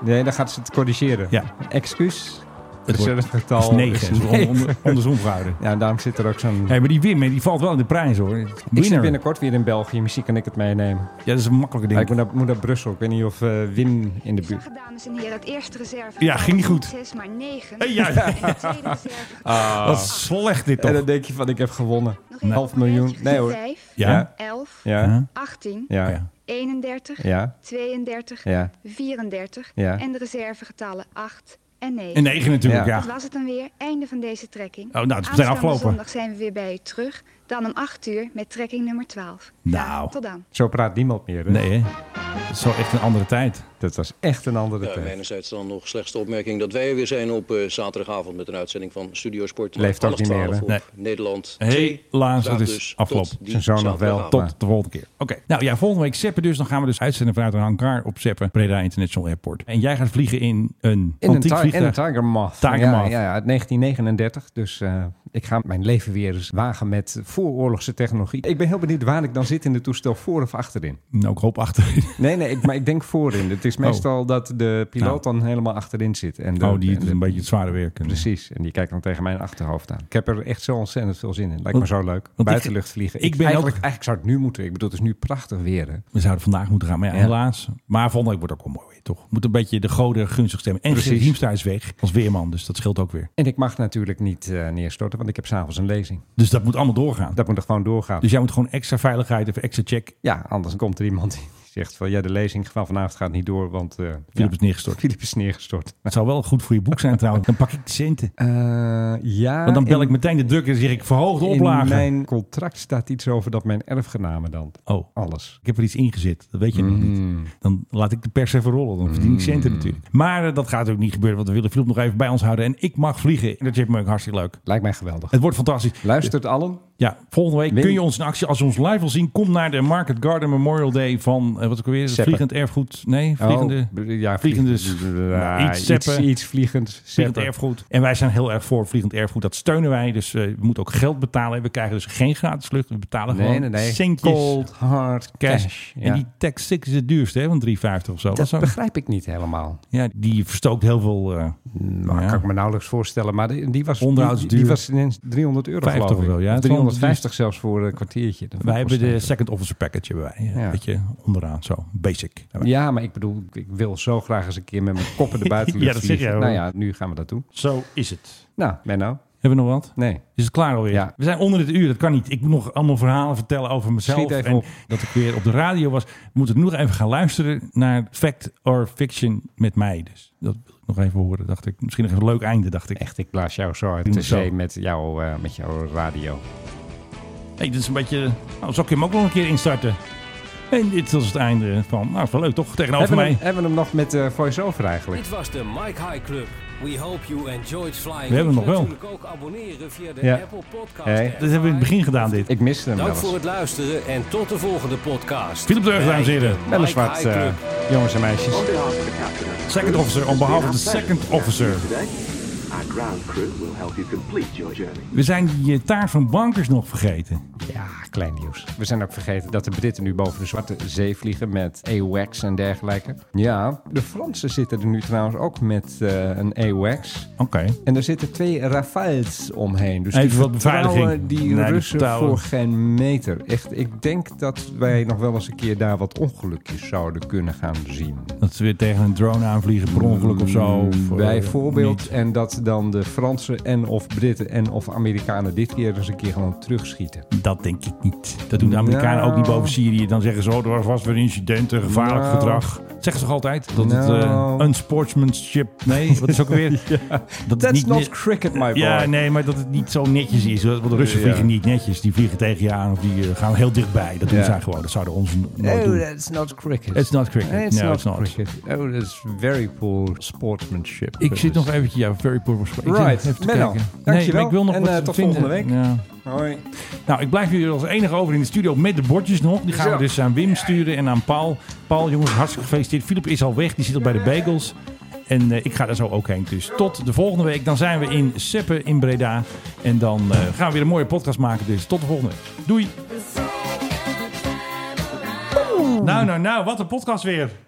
S3: Nee, dan gaat ze het corrigeren.
S2: Ja.
S3: Excuus.
S2: Het
S3: Dus
S2: wordt-
S3: het getal
S2: is negen.
S3: is
S2: Het is
S3: negen.
S2: on- on- Andersom gehouden.
S3: Ja, en daarom zit er ook zo'n...
S2: Hé, maar die Wim, hè, die valt wel in de prijs, hoor.
S3: Ik zit
S2: Winner.
S3: binnenkort weer in België. Misschien kan ik het meenemen.
S2: Ja, dat is een makkelijke
S3: Ja, ik
S2: ding.
S3: moet naar, moet naar Brussel. Ik weet niet of eh, Wim in de buurt...
S12: Zag, dames en heren, het eerste reserve.
S2: Ja, ging niet goed.
S12: Niet Zes, maar negen.
S2: Hey, ja, ja.
S12: De tweede reserve.
S3: Ah,
S2: Dat is slecht, dit
S3: En
S2: toch?
S3: dan denk je van, ik heb gewonnen.
S12: Nog één.
S3: Half miljoen. Nee hoor.
S12: Vijf,
S2: Ja?
S12: elf,
S3: Ja.
S12: achttien,
S2: Oh,
S3: Ja.
S2: ja.
S12: 31,
S3: Ja.
S12: 32,
S3: Ja.
S12: 34
S3: Ja.
S12: en de reservegetallen 8 en 9.
S2: Een negen natuurlijk,
S3: Ja.
S2: ja.
S12: Dat was het dan weer. Einde van deze trekking.
S2: nou, het is meteen
S12: Aanstaande
S2: afgelopen.
S12: zondag zijn we weer bij u terug. Dan om 8 uur met trekking nummer 12.
S2: Nou.
S12: Tot dan.
S3: Zo praat niemand meer. Hè?
S2: Nee, hè? Dat is wel echt een andere tijd.
S3: Dat was echt een andere
S13: Ja,
S3: tijd.
S13: Mijnerzijds dan nog slechts de opmerking dat wij er weer zijn op eh, zaterdagavond met een uitzending van Studio Sport.
S3: Leeft ook
S13: Half
S3: niet meer,
S13: 12
S3: hè?
S13: op
S2: Nee.
S13: Nederland.
S2: Helaas,
S13: Graag
S2: het
S13: dus
S2: is
S13: tot
S2: afgelopen.
S13: die
S3: Zijn zoon nog wel.
S13: zaterdagavond.
S2: Tot de volgende keer. Oké. Nou ja, volgende week Zeppen dus. Dan gaan we dus uitzenden vanuit een hangar op Zeppen, Breda International Airport. En jij gaat vliegen in een
S3: In een,
S2: antiek
S3: ti- in een
S2: vliegtuig.
S3: Tiger Moth.
S2: Tiger
S3: ja,
S2: Moth.
S3: Ja, uit 1939. Dus eh, Ik ga mijn leven weer eens wagen met vooroorlogse technologie. Ik ben heel benieuwd waar ik dan zit in het toestel, voor of achterin.
S2: Nou, ik hoop achterin.
S3: Nee, nee, ik, maar ik denk voorin. Het is
S2: Oh. Nou.
S3: meestal dat de piloot dan helemaal achterin zit. En de-
S2: oh, die
S3: en
S2: doet
S3: de-
S2: een beetje het zware werk. eh.
S3: Precies, en die kijkt dan tegen mijn achterhoofd aan. Ik heb er echt zo ontzettend veel zin in. Lijkt me
S2: Want-
S3: zo leuk.
S2: want ik-
S3: Buitenlucht vliegen.
S2: ik ben ook-
S3: eigenlijk, eigenlijk zou het nu moeten. Ik bedoel, het is nu prachtig weer. Hè?
S2: We zouden vandaag moeten gaan, maar ja,
S3: Ja.
S2: helaas. Maar volgende week wordt ook wel mooi weer, toch? Moet een beetje de goden gunstig stemmen. En
S3: Precies.
S2: Gerrit Hiemstra is weg als weerman, dus dat scheelt ook weer.
S3: En ik mag natuurlijk niet eh, neerstorten, want ik heb s'avonds een lezing.
S2: Dus dat moet allemaal doorgaan.
S3: Dat moet er gewoon doorgaan.
S2: Dus jij moet gewoon extra veiligheid of extra check.
S3: Ja, anders komt er iemand die zegt van... ja, de lezing van vanavond gaat niet door, want... eh
S2: Philip
S3: ja,
S2: is neergestort.
S3: Philip is neergestort.
S2: Het zou wel goed voor je boek zijn trouwens. Dan pak ik de centen.
S3: Eh, ja,
S2: Want dan bel
S3: Ah, in-
S2: ik meteen de druk en zeg ik verhoogde oplagen.
S3: In mijn contract staat iets over dat mijn erfgenamen dan...
S2: Oh,
S3: alles.
S2: Ik heb er iets ingezet. Dat weet je nog
S3: Mm.
S2: niet. Dan laat ik de pers even rollen. Dan verdien ik centen natuurlijk. Maar eh, dat gaat ook niet gebeuren. Want we willen Philip nog even bij ons houden. En ik mag vliegen. En dat is me ook hartstikke leuk.
S3: Lijkt mij geweldig.
S2: Het wordt fantastisch.
S3: Luistert allen. Oh,
S2: Ja, volgende week
S3: Win.
S2: kun je ons in actie. Als je ons live wil zien, kom naar de Market Garden Memorial Day van, eh, wat ook alweer,
S3: Zeppen.
S2: vliegend erfgoed. Nee, vliegende,
S3: Oh, ja,
S2: vliegende,
S3: vliegende-
S2: nou,
S3: ja,
S2: iets zeppen.
S3: Iets, iets vliegend.
S2: Vliegend
S3: zeppen.
S2: erfgoed. En wij zijn heel erg voor vliegend erfgoed. Dat steunen wij. Dus eh, we moeten ook geld betalen. We krijgen dus geen gratis vlucht. We betalen
S3: Nee,
S2: gewoon
S3: nee, nee.
S2: centjes.
S3: Cold hard
S2: cash.
S3: cash, ja.
S2: En die Tech 6 is het duurste, hè? Van 3,50 of zo.
S3: Dat
S2: is ook-
S3: begrijp ik niet helemaal.
S2: Ja, die verstookt heel veel. eh
S3: Maar
S2: ja.
S3: Nou, kan ik me nauwelijks voorstellen. Maar die, die was
S2: Onderhoud is
S3: die, die
S2: duur.
S3: was ineens 300 euro
S2: 50
S3: geloof ik.
S2: of zo, ja.
S3: Of
S2: Het is wel
S3: 350 zelfs voor een kwartiertje. Dat
S2: Wij
S3: vond ik
S2: hebben de
S3: wel snel.
S2: second officer package hebben wij.
S3: Ja.
S2: Ja. Weet je, onderaan zo. Basic.
S3: Ja, maar ik bedoel, ik wil zo graag eens een keer met mijn koppen de buitenlucht
S2: Ja, dat zeg jij
S3: vliegen.
S2: wel.
S3: Nou ja, nu gaan we dat doen.
S2: Zo is het.
S3: Nou, Menno.
S2: Hebben we nog wat?
S3: Nee.
S2: Is het klaar alweer?
S3: Ja.
S2: We zijn onder het uur, dat kan niet. Ik moet nog allemaal verhalen vertellen over mezelf.
S3: Schiet even
S2: en
S3: op.
S2: dat ik weer op de radio was. We moeten nog even gaan luisteren naar Fact or Fiction met mij. Dus dat wil ik nog even horen, dacht ik. Misschien nog een leuk einde, dacht ik.
S3: Echt, ik blaas jou zo uit
S2: Doe
S3: de
S2: het zo.
S3: zee met, jou, eh, met jouw radio.
S2: hey, dit is een beetje... Nou, zal ik hem ook nog een keer instarten? En dit was het einde van... Nou, is wel leuk toch? Tegenover
S3: hebben, we
S2: mij.
S3: hem, hebben we hem nog met eh voice-over eigenlijk?
S4: Dit was de Mike High Club. We hope you enjoyed flying.
S2: We hebben hem nog wel.
S4: Natuurlijk ook abonneren via de Apple Podcast.
S2: Hey.
S4: app.
S2: Dat hebben we in het begin gedaan, dit.
S3: Ik miste hem wel
S4: Dank
S3: eens.
S4: voor het luisteren en tot de volgende podcast.
S2: Philip Deugd, dames en heren.
S4: Bij de
S3: Wel eens
S4: Mike
S3: wat,
S4: High Club.
S3: eh, jongens en meisjes.
S2: Second officer, on behalf of the second officer.
S14: Our ground crew will help you complete your journey.
S2: We zijn die eh, taart van bankers nog vergeten.
S3: Ja, klein nieuws. We zijn ook vergeten dat de Britten nu boven de Zwarte Zee vliegen met AWACS en dergelijke. Ja, de Fransen zitten er nu trouwens ook met eh, een AWACS.
S2: Oké.
S3: En er zitten twee Rafales omheen. Dus
S2: Even
S3: die
S2: wat beveiliging.
S3: vertrouwen die
S2: Nee, die
S3: Russen
S2: vertrouwen.
S3: voor geen meter. Echt, ik denk dat wij nog wel eens een keer daar wat ongelukjes zouden kunnen gaan zien. Mm,
S2: Dat ze weer tegen een drone aanvliegen per ongeluk of zo. Of, eh,
S3: Bijvoorbeeld,
S2: niet.
S3: en dat dan de Fransen en of Britten en of Amerikanen dit keer eens een keer gewoon terugschieten.
S2: Dat denk ik niet. Dat doen de Amerikanen
S3: Nou.
S2: ook niet boven Syrië. Dan zeggen ze, oh, er was weer incidenten, gevaarlijk
S3: Nou.
S2: gedrag. Dat Zeggen ze toch altijd? Dat het
S3: Nou.
S2: eh unsportsmanship... Nee, wat is ook weer? dat
S3: That's not
S2: ne-
S3: cricket, my boy.
S2: Ja, nee, maar dat het niet zo netjes is. Want de Russen
S3: Ja.
S2: vliegen niet netjes. Die vliegen tegen je aan of die eh, gaan heel dichtbij. Dat doen
S3: Ja.
S2: zij gewoon. Dat zouden ons nooit
S3: Oh,
S2: doen.
S3: that's not cricket.
S2: It's not cricket.
S3: It's
S2: No,
S3: not
S2: it's not.
S3: cricket. Oh, that's very poor sportsmanship.
S2: Ik zit nog eventjes, ja, very poor Ik zit
S3: Right.
S2: even te
S3: Menno,
S2: kijken.
S3: dankjewel.
S2: Nee, maar ik wil nog
S3: En,
S2: wat
S3: eh, tot
S2: vinden.
S3: volgende week.
S2: Ja.
S3: Hoi.
S2: Nou, ik blijf hier als enige over in de studio met de bordjes nog. Die gaan
S3: Zo.
S2: we dus aan Wim sturen en aan Paul. Paul, jongens, hartstikke gefeliciteerd. Philip is al weg, die zit al bij de bagels. En eh, ik ga daar zo ook heen. Dus tot de volgende week. Dan zijn we in Seppen in Breda. En dan eh, gaan we weer een mooie podcast maken. Dus tot de volgende week. Doei. Nou, nou, nou, wat een podcast weer.